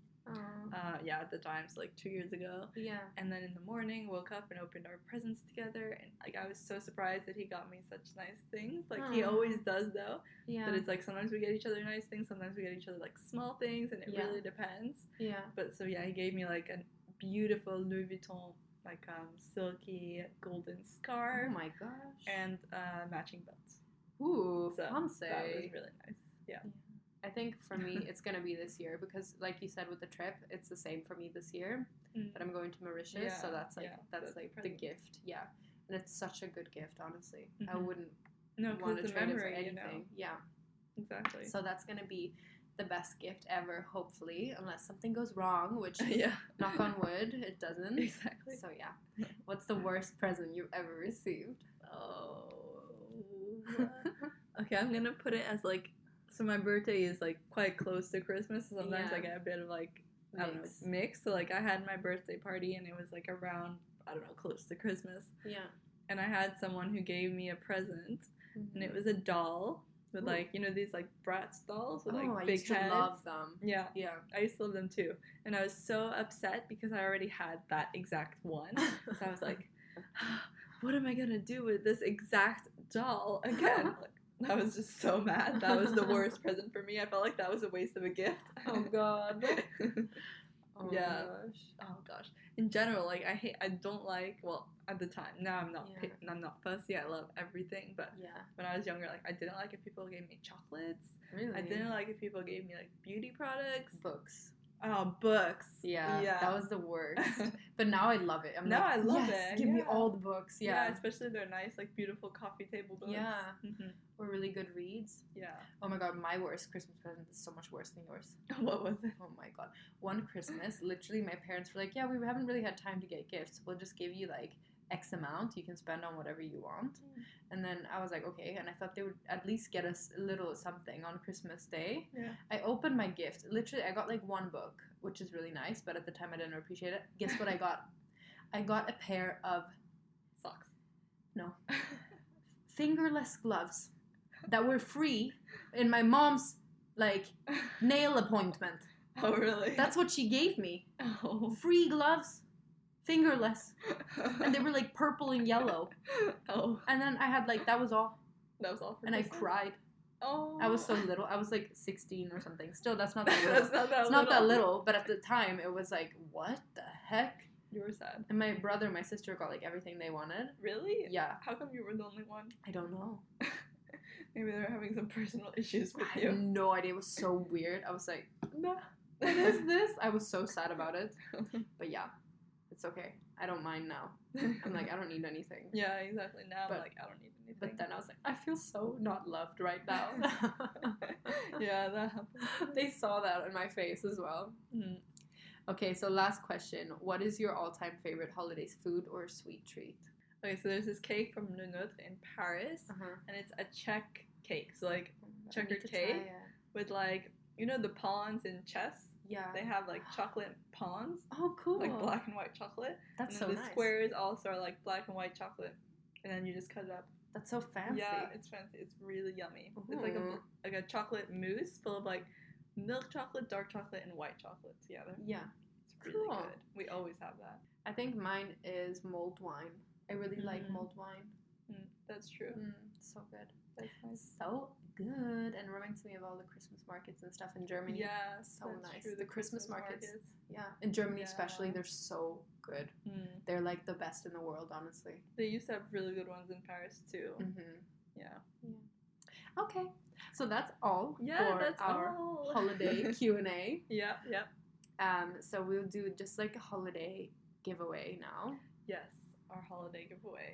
[SPEAKER 1] uh yeah at the time so like 2 years ago
[SPEAKER 2] Yeah.
[SPEAKER 1] and then in the morning, woke up and opened our presents together. And like I was so surprised that he got me such nice things. Like he
[SPEAKER 2] Aw.
[SPEAKER 1] always does though.
[SPEAKER 2] Yeah.
[SPEAKER 1] But it's like sometimes we get each other nice things, sometimes we get each other like small things, and it
[SPEAKER 2] Yeah.
[SPEAKER 1] really depends.
[SPEAKER 2] yeah.
[SPEAKER 1] But so yeah, he gave me like a beautiful Louis Vuitton like um silky golden scarf
[SPEAKER 2] Oh my gosh.
[SPEAKER 1] and uh, matching belts.
[SPEAKER 2] Ooh,
[SPEAKER 1] So,
[SPEAKER 2] fancy.
[SPEAKER 1] That was really nice. Yeah.
[SPEAKER 2] I think for me, it's gonna be this year because, like you said, with the trip, it's the same for me this year.
[SPEAKER 1] Mm.
[SPEAKER 2] But I'm going to Mauritius, so
[SPEAKER 1] Yeah,
[SPEAKER 2] that's like
[SPEAKER 1] yeah,
[SPEAKER 2] that's,
[SPEAKER 1] that's the
[SPEAKER 2] like the
[SPEAKER 1] present.
[SPEAKER 2] gift, yeah. And it's such a good gift, honestly. I
[SPEAKER 1] Mhm.
[SPEAKER 2] wouldn't
[SPEAKER 1] No,
[SPEAKER 2] want
[SPEAKER 1] because
[SPEAKER 2] to
[SPEAKER 1] the
[SPEAKER 2] trade it for
[SPEAKER 1] memory,
[SPEAKER 2] anything.
[SPEAKER 1] you know.
[SPEAKER 2] Yeah.
[SPEAKER 1] Exactly.
[SPEAKER 2] So that's gonna be the best gift ever, hopefully, unless something goes wrong, which
[SPEAKER 1] yeah.
[SPEAKER 2] knock on wood, it doesn't.
[SPEAKER 1] Exactly.
[SPEAKER 2] So yeah. What's the worst present you've ever received?
[SPEAKER 1] Oh. Okay, I'm gonna put it as like so my birthday is like quite close to Christmas, so sometimes
[SPEAKER 2] Yeah.
[SPEAKER 1] I get a bit of like I don't know Mm.
[SPEAKER 2] Mix.
[SPEAKER 1] mix. So like I had my birthday party and it was like around I don't know close to Christmas,
[SPEAKER 2] Yeah.
[SPEAKER 1] and I had someone who gave me a present, and
[SPEAKER 2] Mhm.
[SPEAKER 1] it was a doll with
[SPEAKER 2] Ooh.
[SPEAKER 1] like you know these like Bratz dolls with like
[SPEAKER 2] oh, I
[SPEAKER 1] big
[SPEAKER 2] used to
[SPEAKER 1] heads.
[SPEAKER 2] love them.
[SPEAKER 1] yeah,
[SPEAKER 2] Yeah.
[SPEAKER 1] I used to love them too, and I was so upset because I already had that exact one. So I was like, what am I gonna do with this exact doll again? Like, I was just so mad. oh, That was the worst present for me. I felt like that was a waste of a gift.
[SPEAKER 2] oh god. Oh
[SPEAKER 1] Yeah.
[SPEAKER 2] gosh.
[SPEAKER 1] oh gosh in general like i hate i don't like well at the time now i'm not
[SPEAKER 2] Yeah.
[SPEAKER 1] pick, i'm not fussy i love everything but
[SPEAKER 2] Yeah.
[SPEAKER 1] when i was younger like i didn't like if people gave me chocolates
[SPEAKER 2] Really.
[SPEAKER 1] i didn't like if people gave me like beauty products
[SPEAKER 2] books.
[SPEAKER 1] oh books
[SPEAKER 2] Yeah,
[SPEAKER 1] yeah
[SPEAKER 2] that was the worst. but now I love it. I'm
[SPEAKER 1] Now
[SPEAKER 2] like,
[SPEAKER 1] I love
[SPEAKER 2] "Yes,
[SPEAKER 1] it,
[SPEAKER 2] Give me
[SPEAKER 1] yeah."
[SPEAKER 2] all the books.
[SPEAKER 1] yeah.
[SPEAKER 2] Yeah,
[SPEAKER 1] especially their nice like beautiful coffee table books
[SPEAKER 2] Yeah.
[SPEAKER 1] hmm
[SPEAKER 2] or really good reads.
[SPEAKER 1] yeah
[SPEAKER 2] Oh my god, my worst Christmas present is so much worse than yours.
[SPEAKER 1] what was it
[SPEAKER 2] Oh my god, one Christmas, literally, my parents were like, "Yeah, we haven't really had time to get gifts. We'll just give you like." X amount you can spend on whatever you want,
[SPEAKER 1] Mm.
[SPEAKER 2] and then I was like, okay, and I thought they would at least get us a little something on Christmas Day.
[SPEAKER 1] Yeah.
[SPEAKER 2] I opened my gift. Literally, I got like one book, which is really nice, but at the time I didn't appreciate it. Guess what I got? I got a pair of
[SPEAKER 1] socks
[SPEAKER 2] No. fingerless gloves that were free in my mom's like nail appointment.
[SPEAKER 1] oh really
[SPEAKER 2] That's what she gave me.
[SPEAKER 1] oh
[SPEAKER 2] Free gloves, fingerless, and
[SPEAKER 1] and
[SPEAKER 2] they were like purple and yellow.
[SPEAKER 1] oh
[SPEAKER 2] And then I had like that was all,
[SPEAKER 1] that was all for
[SPEAKER 2] and I
[SPEAKER 1] Christmas?
[SPEAKER 2] cried.
[SPEAKER 1] oh
[SPEAKER 2] I was so little. I was like 16 or something. Still, that's not that little.
[SPEAKER 1] that's not that
[SPEAKER 2] it's not that little, but at the time it was like, what the heck?
[SPEAKER 1] you were sad
[SPEAKER 2] And my brother, and my sister got like everything they wanted.
[SPEAKER 1] really
[SPEAKER 2] Yeah,
[SPEAKER 1] how come you were the only one
[SPEAKER 2] I don't know.
[SPEAKER 1] maybe they were having some personal issues with
[SPEAKER 2] I have
[SPEAKER 1] you
[SPEAKER 2] no idea. It was so weird. I was like,
[SPEAKER 1] no
[SPEAKER 2] what is this? I was so sad about it. But yeah, it's okay. I don't mind now. I'm like, I don't need anything.
[SPEAKER 1] yeah exactly now
[SPEAKER 2] But-
[SPEAKER 1] i'm like i don't need anything
[SPEAKER 2] But then I was like, I feel so not loved right now.
[SPEAKER 1] yeah that happened
[SPEAKER 2] they saw that in my face as well.
[SPEAKER 1] Mm.
[SPEAKER 2] Okay, so last question. What is your all time favorite holidays food or sweet treat?
[SPEAKER 1] okay so there's this cake from le Nôtre in paris
[SPEAKER 2] Uh-huh.
[SPEAKER 1] and it's a Czech cake. So like Checkered cake?
[SPEAKER 2] uh,
[SPEAKER 1] with like you know the pawns in chess,
[SPEAKER 2] Yeah.
[SPEAKER 1] they have like chocolate pawns,
[SPEAKER 2] oh, cool.
[SPEAKER 1] like black and white chocolate,
[SPEAKER 2] That's
[SPEAKER 1] and
[SPEAKER 2] so
[SPEAKER 1] then the
[SPEAKER 2] nice.
[SPEAKER 1] squares also are like black and white chocolate, and then you just cut it up.
[SPEAKER 2] That's so fancy.
[SPEAKER 1] Yeah, it's fancy. It's really yummy. It's like a bl-
[SPEAKER 2] Ooh.
[SPEAKER 1] like a chocolate mousse full of like milk chocolate, dark chocolate, and white chocolate together.
[SPEAKER 2] yeah.
[SPEAKER 1] It's really
[SPEAKER 2] Cool.
[SPEAKER 1] good. We always have that.
[SPEAKER 2] I think mine is mulled wine. I really like
[SPEAKER 1] Mm.
[SPEAKER 2] mulled wine.
[SPEAKER 1] Mm, that's true.
[SPEAKER 2] Mm, so good.
[SPEAKER 1] That's nice.
[SPEAKER 2] So good. And reminds me of all the Christmas markets and stuff in Germany.
[SPEAKER 1] Yeah,
[SPEAKER 2] so
[SPEAKER 1] that's
[SPEAKER 2] nice.
[SPEAKER 1] true,
[SPEAKER 2] The Christmas markets.
[SPEAKER 1] markets.
[SPEAKER 2] Yeah. In Germany, especially,
[SPEAKER 1] Yeah.
[SPEAKER 2] they're so good.
[SPEAKER 1] Mm.
[SPEAKER 2] They're like the best in the world, honestly.
[SPEAKER 1] They used to have really good ones in Paris too.
[SPEAKER 2] Mm-hmm.
[SPEAKER 1] Yeah.
[SPEAKER 2] Okay. So that's all
[SPEAKER 1] Yeah,
[SPEAKER 2] for
[SPEAKER 1] that's
[SPEAKER 2] our
[SPEAKER 1] all.
[SPEAKER 2] holiday Q&A.
[SPEAKER 1] yeah, yeah.
[SPEAKER 2] Um, so we'll do just like a holiday giveaway now.
[SPEAKER 1] Yes, our holiday giveaway.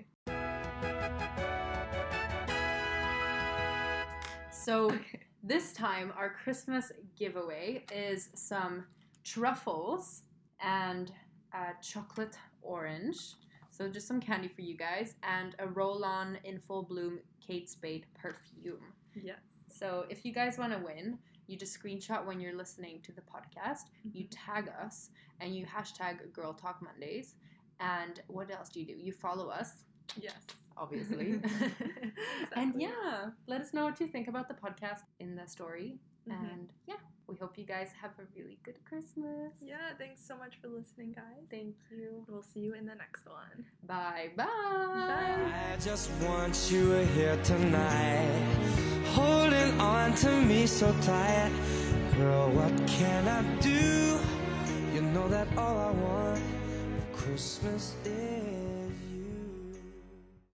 [SPEAKER 2] So
[SPEAKER 1] Okay.
[SPEAKER 2] this time our Christmas giveaway is some truffles and uh, chocolate orange. So just some candy for you guys and a roll-on in full bloom Kate Spade perfume.
[SPEAKER 1] Yes.
[SPEAKER 2] So if you guys want to win, you just screenshot when you're listening to the podcast, you tag us, and you hashtag Girl Talk Mondays. And what else do you do? You follow us
[SPEAKER 1] Yes.
[SPEAKER 2] obviously. And
[SPEAKER 1] Exactly.
[SPEAKER 2] yeah, let us know what you think about the podcast in the story.
[SPEAKER 1] Mhm.
[SPEAKER 2] And yeah, we hope you guys have a really good Christmas.
[SPEAKER 1] Yeah, thanks so much for listening, guys.
[SPEAKER 2] Thank you.
[SPEAKER 1] We'll see you in the next one.
[SPEAKER 2] Bye
[SPEAKER 1] Bye.
[SPEAKER 3] I just want you here tonight, holding on to me so tight. Girl, what can I do? You know that all I want for Christmas is.